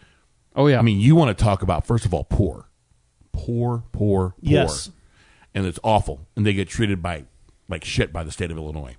Speaker 4: oh yeah.
Speaker 3: I mean, you want to talk about first of all poor, poor, poor, poor,
Speaker 2: Yes.
Speaker 3: and it's awful, and they get treated by like shit by the state of Illinois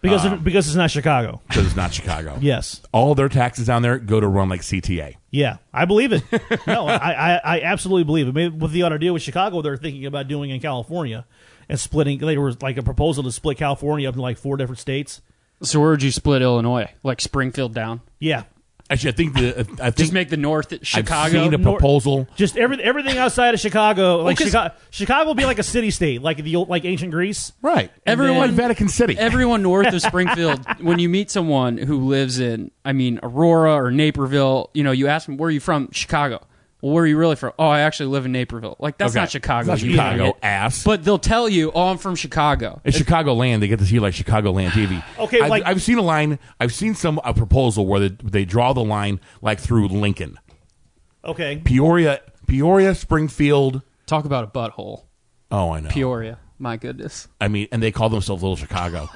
Speaker 2: because
Speaker 4: Uh,
Speaker 2: it- because it's not Chicago.
Speaker 3: because it's not
Speaker 4: [laughs]
Speaker 3: Chicago.
Speaker 2: Yes,
Speaker 3: all their taxes down there go to run like CTA.
Speaker 2: yeah, I believe
Speaker 4: [laughs]
Speaker 2: it. no, I, I I absolutely believe it. Maybe with the ought to deal with Chicago, they're thinking about doing in California and splitting. There was like a proposal to split California up into like four different states.
Speaker 4: so where'd you split Illinois? Like Springfield down?
Speaker 2: Yeah,
Speaker 3: Actually, I think the I think
Speaker 4: Just make the North
Speaker 3: I've
Speaker 4: Chicago.
Speaker 3: seen a
Speaker 2: Nor-
Speaker 3: proposal.
Speaker 2: Just every, everything outside of Chicago, like
Speaker 4: 'cause-
Speaker 2: Chicago, Chicago will be like a city state, like the old, like ancient Greece.
Speaker 3: Right,
Speaker 4: Everyone-
Speaker 3: like Vatican City.
Speaker 4: Everyone
Speaker 3: [laughs]
Speaker 4: north of Springfield, when you meet someone who lives in, I mean, Aurora or Naperville, you know, you ask them, where are you from? Chicago. Well, where are you really from? Oh, I actually live in Naperville. Like, that's
Speaker 3: Okay.
Speaker 4: not Chicago.
Speaker 3: It's not
Speaker 4: you
Speaker 3: Chicago,
Speaker 4: idiot.
Speaker 3: ass.
Speaker 4: But they'll tell you, oh, I'm from Chicago.
Speaker 3: It's Chicago Land. They get to see like Chicago Land TV.
Speaker 2: [sighs] Okay,
Speaker 3: I've,
Speaker 2: like-
Speaker 3: I've seen a line. I've seen some a proposal where they, they draw the line like through Lincoln,
Speaker 2: Okay,
Speaker 3: Peoria, Peoria, Springfield.
Speaker 4: Talk about a butthole.
Speaker 3: Oh, I know.
Speaker 4: Peoria. My goodness.
Speaker 3: I mean, and they call themselves Little Chicago.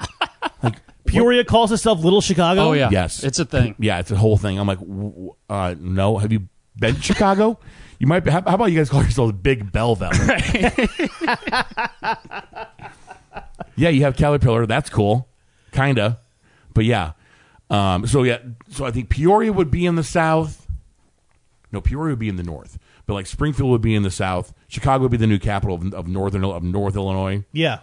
Speaker 2: Peoria calls itself Little Chicago.
Speaker 4: Oh, yeah.
Speaker 3: yes,
Speaker 4: It's a thing.
Speaker 3: Yeah, it's a whole thing. I'm like, w- w- uh, no. Have you been to Chicago? You might. Be, how, how about you guys call yourselves Big Belleville?
Speaker 2: [laughs]
Speaker 3: [laughs] yeah, you have Caterpillar. That's cool, kinda. But yeah, um, so yeah, so I think Peoria would be in the south. No, Peoria would be in the north. But like Springfield would be in the south. Chicago would be the new capital of, of northern of North Illinois.
Speaker 2: yeah.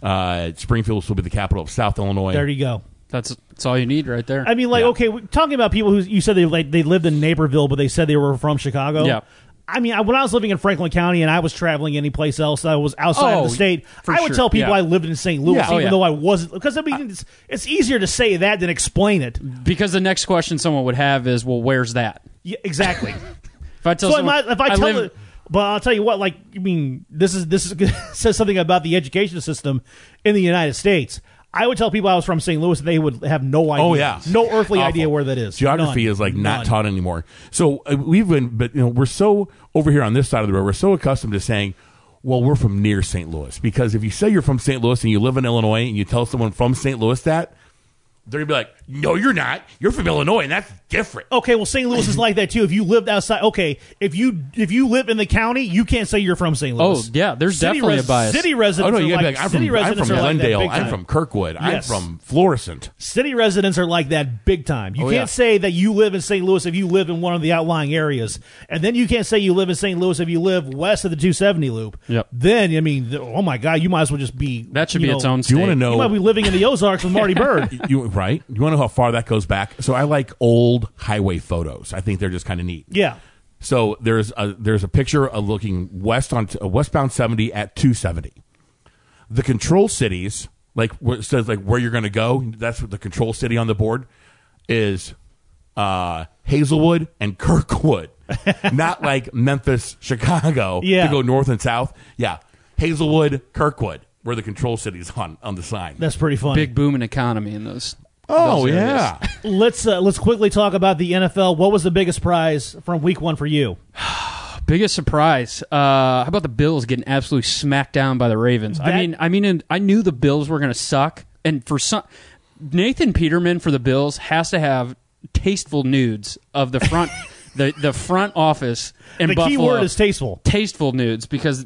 Speaker 3: Uh, Springfield will be the capital of South Illinois.
Speaker 2: There you go.
Speaker 4: That's, that's all you need right there.
Speaker 2: I mean, like, okay, we're talking about people who you said they like they lived in Naperville, but they said they were from Chicago.
Speaker 4: Yeah.
Speaker 2: I mean, I, when I was living in Franklin County and I was traveling anyplace else that was outside
Speaker 4: Oh,
Speaker 2: of the state,
Speaker 4: for
Speaker 2: I would
Speaker 4: sure.
Speaker 2: tell people
Speaker 4: Yeah.
Speaker 2: I lived in St. Louis,
Speaker 3: Yeah. Oh,
Speaker 2: even
Speaker 4: yeah.
Speaker 2: though I wasn't. Because I mean, it's, it's easier to say that than explain it.
Speaker 4: because the next question someone would have is, well, where's that?
Speaker 2: Yeah,
Speaker 4: [laughs]
Speaker 2: exactly.
Speaker 4: If I tell
Speaker 2: So
Speaker 4: someone,
Speaker 2: if I, if I tell
Speaker 4: live-
Speaker 2: it, but I'll tell you what, like, I mean, this is this is, [laughs] says something about the education system in the United States. I would tell people I was from St. Louis, and they would have no idea.
Speaker 3: Oh yeah,
Speaker 2: no earthly
Speaker 3: Awful.
Speaker 2: idea where that is.
Speaker 3: Geography
Speaker 2: None.
Speaker 3: is like not
Speaker 2: None.
Speaker 3: taught anymore. So uh, we've been, but you know, we're so over here on this side of the road. We're so accustomed to saying, "Well, we're from near St. Louis," because if you say you're from St. Louis and you live in Illinois and you tell someone from St. Louis that, they're gonna be like, "No, you're not. You're from Illinois, and that's different."
Speaker 2: Okay, well, St. Louis is like that too. If you lived outside, okay, if you if you live in the county, you can't say you're from St.
Speaker 4: Oh,
Speaker 2: Louis.
Speaker 4: yeah, there's
Speaker 2: city
Speaker 4: definitely
Speaker 2: res-
Speaker 4: a bias.
Speaker 2: City residents,
Speaker 3: Oh no! You
Speaker 2: are
Speaker 3: gotta
Speaker 2: like,
Speaker 3: be like, I'm
Speaker 2: city
Speaker 3: from, I'm
Speaker 2: residents
Speaker 3: from
Speaker 2: are like that
Speaker 3: Glendale.
Speaker 2: big
Speaker 3: I'm
Speaker 2: time.
Speaker 3: from Kirkwood.
Speaker 2: Yes.
Speaker 3: I'm from Florissant.
Speaker 2: City residents are like that big time. You
Speaker 4: Oh,
Speaker 2: can't
Speaker 4: yeah.
Speaker 2: say that you live in St. Louis if you live in one of the outlying areas, and then you can't say you live in St. Louis if you live west of the 270 loop.
Speaker 4: Yep.
Speaker 2: Then I mean, th- oh my God, you might as well just be
Speaker 4: that should
Speaker 2: you
Speaker 4: be
Speaker 2: know,
Speaker 4: its own
Speaker 3: Do
Speaker 4: state.
Speaker 3: you want to
Speaker 2: You might be
Speaker 3: know?
Speaker 2: living in the Ozarks with
Speaker 4: [laughs]
Speaker 2: Marty Bird.
Speaker 3: [laughs] You, right? You want to know how far that goes back? So I like old highway photos. I think they're just kind of neat.
Speaker 2: Yeah.
Speaker 3: So there's a there's a picture of looking west on uh, westbound 70 at 270. The control cities, like where it says like where you're going to go, that's what the control city on the board is uh Hazelwood and [laughs] Kirkwood. Not like Memphis, Chicago
Speaker 2: Yeah.
Speaker 3: to go north and south. Yeah. Hazelwood, Kirkwood were the control cities on on the sign.
Speaker 2: That's pretty funny.
Speaker 4: big booming economy in those
Speaker 3: Oh
Speaker 4: those areas.
Speaker 3: yeah.
Speaker 2: Let's uh, let's quickly talk about the NFL. What was the biggest prize from Week One for you?
Speaker 4: Biggest surprise. Uh, how about the Bills getting absolutely smacked down by the Ravens?
Speaker 2: That-
Speaker 4: I mean, I mean, and I knew the Bills were going to suck, and for some, Nathan Peterman for the Bills has to have tasteful nudes of
Speaker 2: [laughs]
Speaker 4: the front, the the front office in
Speaker 2: the
Speaker 4: Buffalo.
Speaker 2: key word is tasteful.
Speaker 4: tasteful nudes because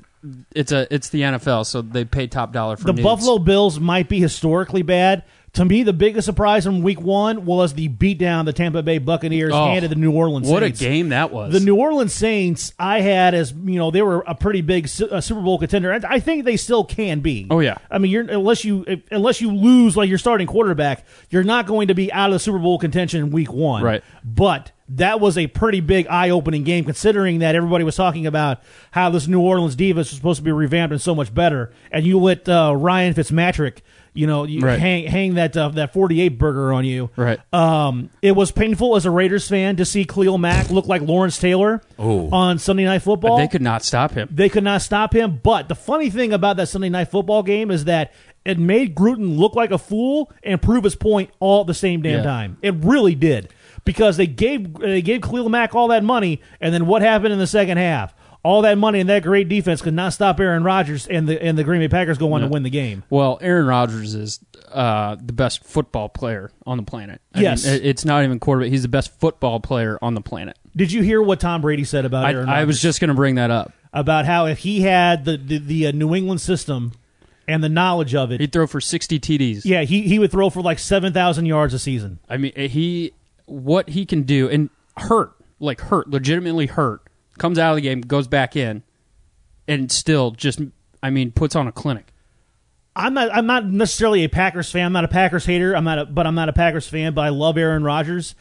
Speaker 4: it's a it's the NFL, so they pay top dollar for
Speaker 2: The
Speaker 4: nudes.
Speaker 2: Buffalo Bills might be historically bad. To me, the biggest surprise from Week One was the beatdown the Tampa Bay Buccaneers
Speaker 4: Oh,
Speaker 2: handed the New Orleans.
Speaker 4: What a
Speaker 2: Saints.
Speaker 4: game that was!
Speaker 2: The New Orleans Saints, I had as you know, they were a pretty big Su- uh, Super Bowl contender. I, I think they still can be.
Speaker 4: Oh, yeah.
Speaker 2: I mean, you're unless you if, unless you lose like your starting quarterback, you're not going to be out of the Super Bowl contention in Week One.
Speaker 4: Right.
Speaker 2: But that was a pretty big eye-opening game, considering that everybody was talking about how this New Orleans Divas was supposed to be revamped and so much better, and you let uh, Ryan Fitzpatrick, you know, you
Speaker 4: Right.
Speaker 2: hang hang that uh, that forty-eight burger on you.
Speaker 4: Right.
Speaker 2: Um, it was painful as a Raiders fan to see Cleo Mack look like Lawrence Taylor on Sunday Night Football.
Speaker 4: they could not stop him.
Speaker 2: They could not stop him. But the funny thing about that Sunday Night Football game is that it made Gruden look like a fool and prove his point all at the same damn
Speaker 4: Yeah.
Speaker 2: time. It really did because they gave they gave Khalil Mack all that money, and then what happened in the second half? All that money and that great defense could not stop Aaron Rodgers, and the and the Green Bay Packers go on to win the game.
Speaker 4: Well, Aaron Rodgers is uh, the best football player on the planet. I
Speaker 2: Yes.
Speaker 4: mean, it- it's not even quarterback. He's the best football player on the planet.
Speaker 2: Did you hear what Tom Brady said about
Speaker 4: I,
Speaker 2: Aaron?
Speaker 4: I
Speaker 2: Rodgers?
Speaker 4: was just going to bring that up.
Speaker 2: about how if he had the the, the uh, New England system and the knowledge of it,
Speaker 4: He'd throw for sixty TDs.
Speaker 2: yeah, he he would throw for like seven thousand yards a season.
Speaker 4: I mean, eh, he what he can do and hurt like hurt, legitimately hurt. Comes out of the game, goes back in, and still just I mean puts on a clinic.
Speaker 2: I'm not I'm not necessarily a Packers fan. I'm not a Packers hater. I'm not a, but I'm not a Packers fan. But I love Aaron Rodgers.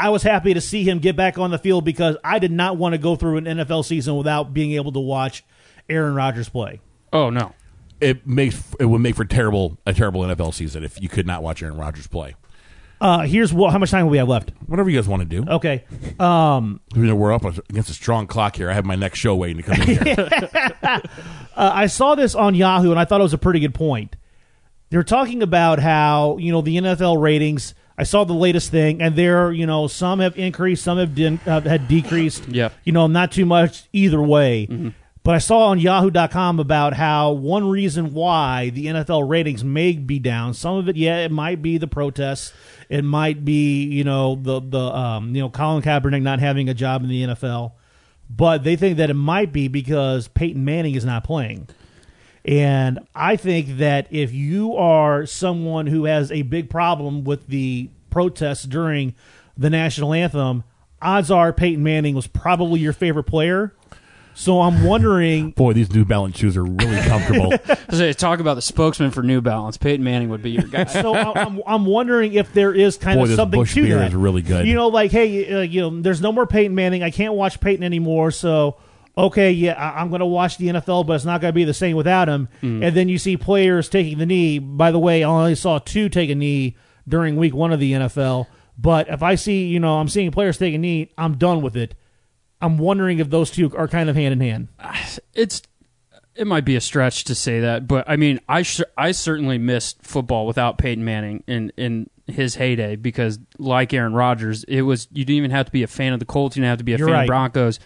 Speaker 2: I was happy to see him get back on the field because I did not want to go through an NFL season without being able to watch Aaron Rodgers play.
Speaker 4: Oh no.
Speaker 3: It makes it would make for terrible a terrible NFL season if you could not watch Aaron Rodgers play.
Speaker 2: Uh, here's what, how much time we have left.
Speaker 3: Whatever you guys want to do.
Speaker 2: Okay,
Speaker 3: You know, we're up against a strong clock here. I have my next show waiting to come in here.
Speaker 2: Uh, I saw this on Yahoo, and I thought it was a pretty good point. They're talking about how you know the NFL ratings. I saw the latest thing, and there you know some have increased, some have din- uh, had decreased.
Speaker 4: Yeah.
Speaker 2: you know not too much either way. But I saw on Yahoo.com about how one reason why the NFL ratings may be down. Some of it, yeah, it might be the protests. It might be you know the the um, you know Colin Kaepernick not having a job in the NFL. But they think that it might be because Peyton Manning is not playing. And I think that if you are someone who has a big problem with the protests during the national anthem, odds are Peyton Manning was probably your favorite player. So I'm wondering.
Speaker 3: Boy, these New Balance shoes are really comfortable.
Speaker 4: So, talk about the spokesman for New Balance. Peyton Manning would be your [laughs]
Speaker 2: [laughs]
Speaker 4: guy.
Speaker 2: so I- I'm, I'm wondering if there is kind
Speaker 3: Boy,
Speaker 2: of
Speaker 3: this
Speaker 2: something
Speaker 3: Bush
Speaker 2: to
Speaker 3: beer
Speaker 2: that.
Speaker 3: is really good.
Speaker 2: You know, like hey, uh, you know, there's no more Peyton Manning. I can't watch Peyton anymore. So okay, yeah, I- I'm going to watch the NFL, but it's not going to be the same without him.
Speaker 3: Mm.
Speaker 2: And then you see players taking the knee. By the way, I only saw two take a knee during Week One of the NFL. But if I see, you know, I'm seeing players take a knee, I'm done with it. I'm wondering if those two are kind of hand in hand.
Speaker 4: it's it might be a stretch to say that, but I mean, I sh- I certainly missed football without Peyton Manning in in his heyday because, like Aaron Rodgers, it was you didn't even have to be a fan of the Colts, you didn't have to be a
Speaker 2: You're
Speaker 4: fan
Speaker 2: right.
Speaker 4: of Broncos.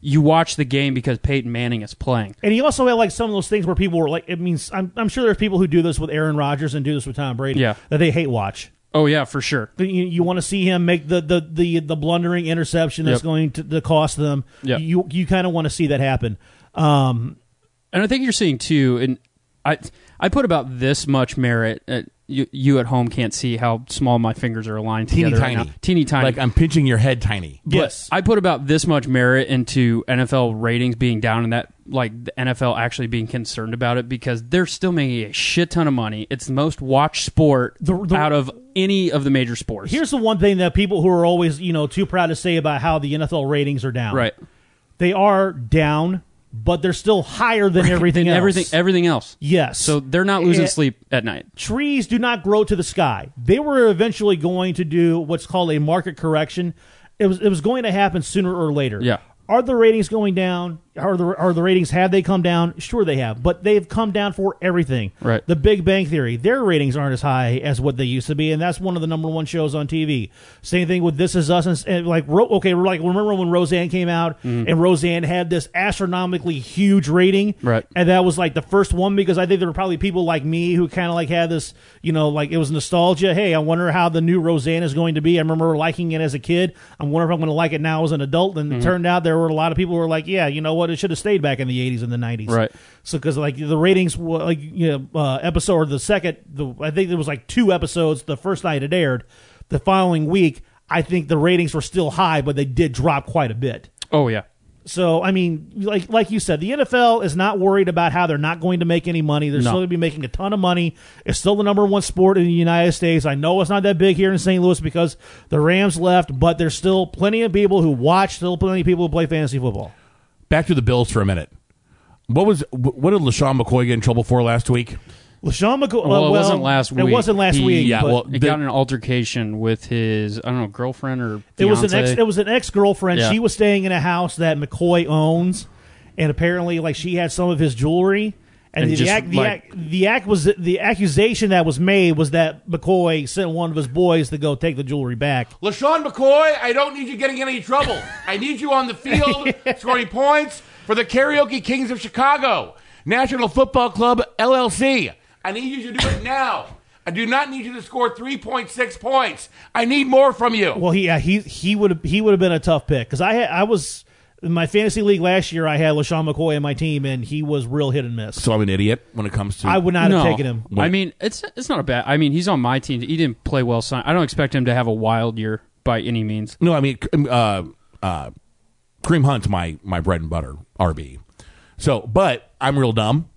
Speaker 4: You watch the game because Peyton Manning is playing.
Speaker 2: And he also had like some of those things where people were like, it means I'm, I'm sure there's people who do this with Aaron Rodgers and do this with Tom Brady
Speaker 4: Yeah.
Speaker 2: that they hate watch.
Speaker 4: Oh yeah, for sure.
Speaker 2: You, you want to see him make the the the, the blundering interception that's
Speaker 4: Yep.
Speaker 2: going to, to cost them.
Speaker 4: Yep.
Speaker 2: You you kind of want to see that happen. Um,
Speaker 4: and I think you're seeing too. And I I put about this much merit. Uh, you you at home can't see how small my fingers are
Speaker 3: [laughs]
Speaker 4: aligned
Speaker 3: Teeny
Speaker 4: together
Speaker 3: tiny.
Speaker 4: right now. Teeny tiny.
Speaker 3: Like I'm pinching your head tiny.
Speaker 4: But
Speaker 2: Yes.
Speaker 4: I put about this much merit into NFL ratings being down and that like the NFL actually being concerned about it because they're still making a shit ton of money. It's the most watched sport
Speaker 2: The- the-
Speaker 4: out of any of the major sports.
Speaker 2: here's the one thing that people who are always you know too proud to say about how the NFL ratings are down.
Speaker 4: right.
Speaker 2: they are down, but they're still higher than everything else.
Speaker 4: And everything everything else.
Speaker 2: yes.
Speaker 4: So they're not losing
Speaker 2: Eh.
Speaker 4: sleep at night.
Speaker 2: trees do not grow to the sky. They were eventually going to do what's called a market correction. It was it was going to happen sooner or later.
Speaker 4: Yeah.
Speaker 2: Are the ratings going down? Are the, are the ratings have they come down? Sure, they have, but they've come down for everything.
Speaker 4: Right.
Speaker 2: The Big Bang Theory, their ratings aren't as high as what they used to be, and that's one of the number one shows on TV. Same thing with This Is Us, and, and like Ro- okay, like remember when Roseanne came out
Speaker 4: Mm-hmm.
Speaker 2: and Roseanne had this astronomically huge rating,
Speaker 4: Right.
Speaker 2: And that was like the first one because I think there were probably people like me who kind of like had this, you know, like it was nostalgia. Hey, I wonder how the new Roseanne is going to be. I remember liking it as a kid. I wonder if I'm going to like it now as an adult.
Speaker 4: Mm-hmm.
Speaker 2: And it turned out there were a lot of people who were like, yeah, you know what, it should have stayed back in the 80s and the 90s,
Speaker 4: Right.
Speaker 2: So because like the ratings, were, like you know, uh, episode or the second, the I think there was like two episodes the first night it aired. The following week, I think the ratings were still high, but they did drop quite a bit.
Speaker 4: Oh yeah.
Speaker 2: So I mean, like like you said, the NFL is not worried about how they're not going to make any money. They're still going to be making a ton of money. It's still the number one sport in the United States. I know it's not that big here in St. Louis because the Rams left, but there's still plenty of people who watch. Still plenty of people who play fantasy football.
Speaker 3: Back to the Bills for a minute. What was what did LaShawn McCoy get in trouble for last week?
Speaker 2: LaShawn McCoy.
Speaker 4: Well, it wasn't last week.
Speaker 2: uh, It wasn't last
Speaker 4: He-
Speaker 2: week.
Speaker 3: yeah,
Speaker 2: but
Speaker 3: well,
Speaker 4: He
Speaker 3: The-
Speaker 4: got in an altercation with his I don't know girlfriend or
Speaker 2: it was an ex.
Speaker 4: fiance.
Speaker 2: It was an ex girlfriend.
Speaker 4: Yeah.
Speaker 2: She was staying in a house that McCoy owns, and apparently, like she had some of his jewelry. And,
Speaker 4: And
Speaker 2: the,
Speaker 4: just,
Speaker 2: ac- the,
Speaker 4: like-
Speaker 2: ac- the act was the accusation that was made was that McCoy sent one of his boys to go take the jewelry back.
Speaker 5: LaShawn McCoy, I don't need you getting in any
Speaker 3: [laughs]
Speaker 5: trouble. I need you on the field scoring points for the Karaoke Kings of Chicago, National Football Club, LLC. I need you to do it now. I do not need you to score 3.6 points. I need more from you.
Speaker 2: Well, he yeah, he he would he would have been a tough pick because I had, I was in my fantasy league last year. I had Lashawn McCoy in my team, and he was real hit and miss.
Speaker 3: So I'm an idiot when it comes to
Speaker 2: I would not
Speaker 4: no.
Speaker 2: have taken him.
Speaker 4: I mean, it's it's not a bad. I mean, he's on my team. He didn't play well. Son, I don't expect him to have a wild year by any means.
Speaker 3: No, I mean, uh, uh, Cream Hunt's my my bread and butter RB. So, but I'm real dumb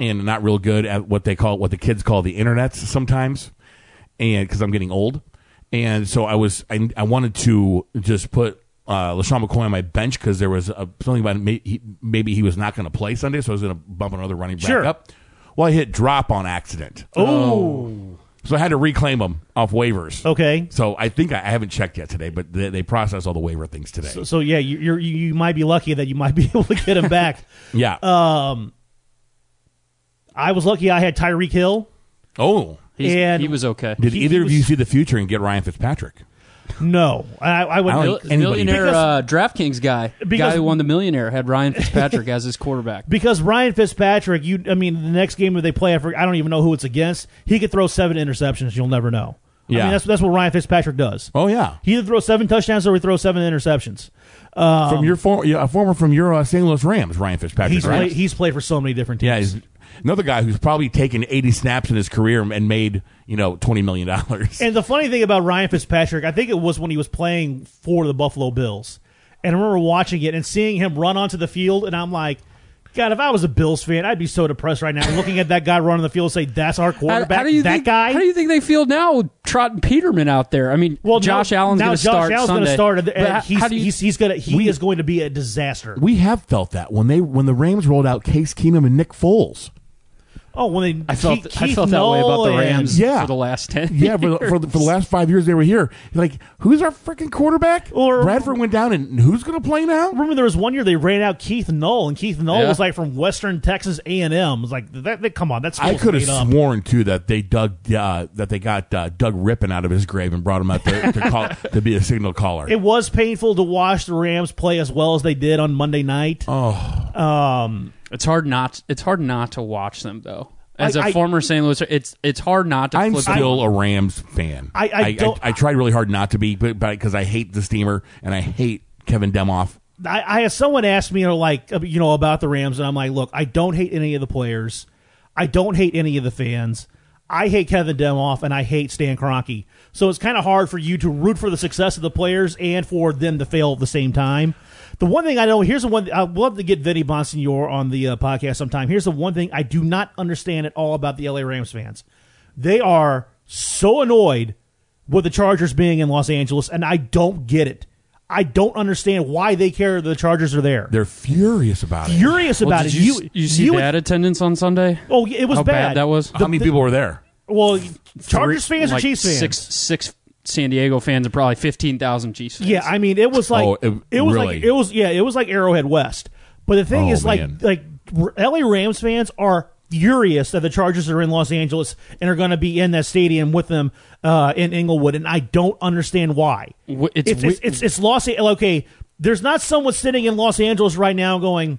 Speaker 3: and not real good at what they call what the kids call the internets sometimes, and because I'm getting old, and so I was I, I wanted to just put uh, Lashawn McCoy on my bench because there was a, something about may, he, maybe he was not going to play Sunday, so I was going to bump another running back
Speaker 2: Sure.
Speaker 3: up. Well, I hit drop on accident.
Speaker 2: Oh,
Speaker 3: So I had to reclaim them off waivers.
Speaker 2: okay.
Speaker 3: So I think I, I haven't checked yet today, but they, they process all the waiver things today.
Speaker 2: So yeah, you you're, you you might be lucky that you might be [laughs] able to get him back.
Speaker 3: yeah.
Speaker 2: uh, I was lucky I had Tyreek Hill.
Speaker 3: oh,
Speaker 4: He's,
Speaker 2: And-
Speaker 4: he was okay.
Speaker 3: did
Speaker 2: he-
Speaker 3: either
Speaker 2: he
Speaker 3: of you
Speaker 2: was-
Speaker 3: see the future and get Ryan Fitzpatrick?
Speaker 2: No, I, I would
Speaker 3: I
Speaker 4: Mil-
Speaker 3: don't- anybody-
Speaker 4: millionaire
Speaker 2: Because-
Speaker 4: uh, DraftKings guy,
Speaker 2: because-
Speaker 4: guy who won the millionaire, had Ryan Fitzpatrick as his quarterback.
Speaker 2: because Ryan Fitzpatrick. You, I mean, the next game that they play, I, forget, I don't even know who it's against. He could throw seven interceptions. You'll never know. I
Speaker 3: Yeah.
Speaker 2: mean, that's that's what Ryan Fitzpatrick does.
Speaker 3: Oh yeah,
Speaker 2: He either throws seven touchdowns or he throws seven interceptions.
Speaker 3: from your for, yeah, a former from your uh, St. Louis Rams, Ryan Fitzpatrick.
Speaker 2: Um, He's
Speaker 3: right?
Speaker 2: played, he's played for so many different
Speaker 3: yeah,
Speaker 2: teams.
Speaker 3: he's another guy who's probably taken eighty snaps in his career and made you know twenty million dollars.
Speaker 2: And the funny thing about Ryan Fitzpatrick, I think it was when he was playing for the Buffalo Bills. And I remember watching it and seeing him run onto the field, and I'm like, God, if I was a Bills fan, I'd be so depressed right now looking at that guy running the field and say, That's our [laughs]
Speaker 4: How,
Speaker 2: quarterback.
Speaker 4: how do you
Speaker 2: that
Speaker 4: think,
Speaker 2: guy.
Speaker 4: How do you think they feel now with Trot and Peterman out there? I mean,
Speaker 2: well,
Speaker 4: Josh
Speaker 2: now,
Speaker 4: Allen's
Speaker 2: now
Speaker 4: going to
Speaker 2: Josh
Speaker 4: start
Speaker 2: Allen's
Speaker 4: Sunday.
Speaker 2: gonna start, and, and
Speaker 4: But how-
Speaker 2: he's,
Speaker 4: how do you-
Speaker 2: he's, he's gonna he is going to be a disaster.
Speaker 3: we have felt that when they when the Rams rolled out Case Keenum and Nick Foles.
Speaker 2: oh, when they
Speaker 4: I felt,
Speaker 2: Keith,
Speaker 4: I felt that way about the Rams
Speaker 3: Yeah.
Speaker 4: for the last 10
Speaker 3: Yeah,
Speaker 2: [laughs]
Speaker 3: for the, for, the, for the last five years they were here, like who's our freaking quarterback?
Speaker 2: Or-
Speaker 3: Bradford went down, and who's going to play now?
Speaker 2: remember there was one year they ran out Keith Null, and Keith Null
Speaker 4: Yeah.
Speaker 2: was like from Western Texas A and M. Was like that, that- Come on, that's
Speaker 3: I could have
Speaker 2: made up.
Speaker 3: sworn too that they dug uh, that they got uh, Doug Rippon out of his grave and brought him out to, to,
Speaker 2: [laughs]
Speaker 3: call, to be a signal caller.
Speaker 2: It was painful to watch the Rams play as well as they did on Monday night.
Speaker 3: Oh,
Speaker 4: It's hard not. It's hard not to watch them though. As a
Speaker 2: I- I-
Speaker 4: former St. Louis, it's it's hard not to
Speaker 3: I'm
Speaker 4: flip.
Speaker 3: still a Rams fan.
Speaker 2: I- I don't-
Speaker 3: I, tried really hard not to be, but because I hate the steamer and I hate Kevin Demoff.
Speaker 2: I, I someone asked me, you know, like uh, you know, about the Rams, and I'm like, look, I don't hate any of the players, I don't hate any of the fans. I hate Kevin Demoff and I hate Stan Kroenke. So it's kind of hard for you to root for the success of the players and for them to fail at the same time. The one thing I know here's the one I'd love to get Vinny Bonsignor on the uh, podcast sometime. Here's the one thing I do not understand at all about the LA Rams fans. They are so annoyed with the Chargers being in Los Angeles, and I don't get it. I don't understand why they care that the Chargers are there.
Speaker 3: They're
Speaker 2: They're
Speaker 3: furious about it.
Speaker 2: furious
Speaker 4: Well,
Speaker 2: about
Speaker 4: did
Speaker 2: it.
Speaker 4: you, you, see
Speaker 2: would-
Speaker 4: bad attendance on Sunday?
Speaker 2: Oh, yeah, it was
Speaker 4: How
Speaker 2: bad.
Speaker 4: bad that was?
Speaker 3: How many people were there?
Speaker 2: Well, Chargers
Speaker 4: Three-
Speaker 2: fans or
Speaker 4: like
Speaker 2: Chiefs fans?
Speaker 4: Six six San Diego fans and probably fifteen thousand Chiefs. Fans.
Speaker 2: Yeah, I mean, it was like
Speaker 3: Oh,
Speaker 2: it,
Speaker 3: it-
Speaker 2: was
Speaker 3: really?
Speaker 2: like it was yeah, it was like Arrowhead West. But the thing
Speaker 3: Oh,
Speaker 2: is,
Speaker 3: man.
Speaker 2: like, like R- LA Rams fans are furious that the Chargers are in Los Angeles and are going to be in that stadium with them uh, in Inglewood, and I don't understand why.
Speaker 4: Wh- it's
Speaker 2: it's, it's,
Speaker 4: wi-
Speaker 2: it's, it's Los Angeles. Okay, there's not someone sitting in Los Angeles right now going.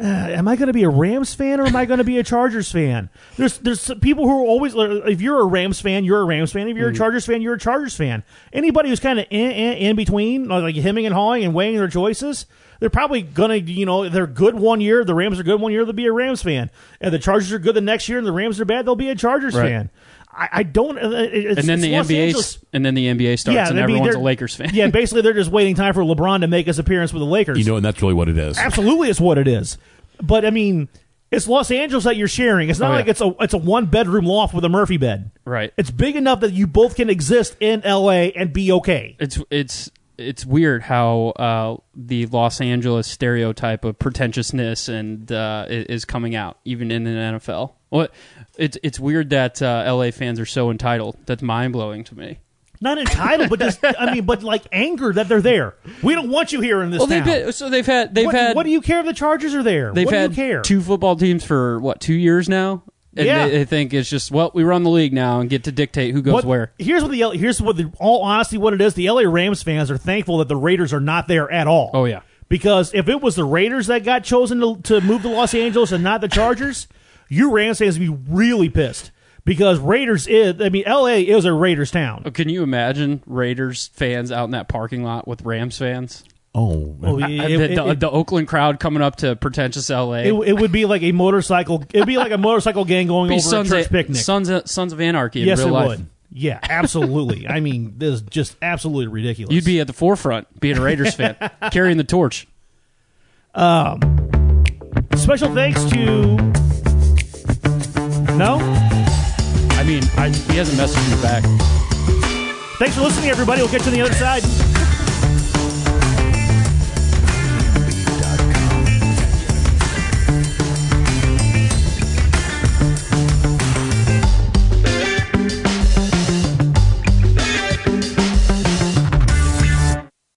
Speaker 2: Uh, am I going to be a Rams fan or am I going to be a Chargers fan? There's there's some people who are always if you're a Rams fan, you're a Rams fan. If you're a
Speaker 4: Mm.
Speaker 2: Chargers fan, you're a Chargers fan. Anybody who's kind of in, in, in between, like hemming and hawing and weighing their choices, they're probably going to you know they're good one year, the Rams are good one year, they'll be a Rams fan, and the Chargers are good the next year, and the Rams are bad, they'll be a Chargers
Speaker 4: Right.
Speaker 2: fan. I, I don't. uh, It's,
Speaker 4: and then
Speaker 2: it's
Speaker 4: the
Speaker 2: Los
Speaker 4: NBA,
Speaker 2: Angeles.
Speaker 4: 's- and then the NBA starts, and
Speaker 2: I mean,
Speaker 4: everyone's a
Speaker 2: they're-
Speaker 4: Lakers fan.
Speaker 2: yeah, basically they're just waiting time for LeBron to make his appearance with the Lakers.
Speaker 3: You know, and that's really what it is.
Speaker 2: Absolutely, it's what it is. But I mean, it's Los Angeles that you're sharing. It's not
Speaker 4: Oh,
Speaker 2: like
Speaker 4: yeah.
Speaker 2: it's a it's a one bedroom loft with a Murphy bed.
Speaker 4: Right.
Speaker 2: It's big enough that you both can exist in L.A. and be okay.
Speaker 4: it's it's it's weird how uh, the Los Angeles stereotype of pretentiousness and uh, i- is coming out even in an NFL. What it's it's weird that uh, LA fans are so entitled. That's mind blowing to me.
Speaker 2: Not entitled, but just I mean, but like anger that they're there. We don't want you here in this
Speaker 4: Well, they've
Speaker 2: town.
Speaker 4: been, so they've had they've
Speaker 2: what,
Speaker 4: had
Speaker 2: what do you care if the Chargers are there?
Speaker 4: they've
Speaker 2: what
Speaker 4: had
Speaker 2: do you care?
Speaker 4: two football teams for what two years now, and
Speaker 2: Yeah.
Speaker 4: they, they think it's just well we run the league now and get to dictate who goes
Speaker 2: What-
Speaker 4: where.
Speaker 2: Here's what the L- here's what the all honesty what it is. The LA Rams fans are thankful that the Raiders are not there at all.
Speaker 4: Oh, yeah.
Speaker 2: because if it was the Raiders that got chosen to, to move to Los Angeles and not the Chargers, [laughs] you Rams fans would be really pissed because Raiders is I mean LA is a Raiders town.
Speaker 4: Oh, Can you imagine Raiders fans out in that parking lot with Rams fans?
Speaker 3: Oh,
Speaker 2: Oh,
Speaker 4: Uh,
Speaker 2: it-
Speaker 4: the,
Speaker 2: it-
Speaker 4: the,
Speaker 2: it-
Speaker 4: the Oakland crowd coming up to pretentious LA.
Speaker 2: it- it would be like a motorcycle. It'd be like a motorcycle gang going
Speaker 4: [laughs] be
Speaker 2: over a
Speaker 4: sons
Speaker 2: church
Speaker 4: of,
Speaker 2: picnic.
Speaker 4: Sons of, Sons of Anarchy in
Speaker 2: yes,
Speaker 4: real
Speaker 2: it
Speaker 4: life.
Speaker 2: would. Yeah, absolutely.
Speaker 4: [laughs]
Speaker 2: I mean, this is just absolutely ridiculous.
Speaker 4: You'd be at the forefront, being a
Speaker 2: [laughs]
Speaker 4: Raiders fan, carrying the torch.
Speaker 2: special thanks to. No.
Speaker 4: I mean, I, he hasn't messaged me back.
Speaker 2: Thanks for listening, everybody. We'll catch you on the other side.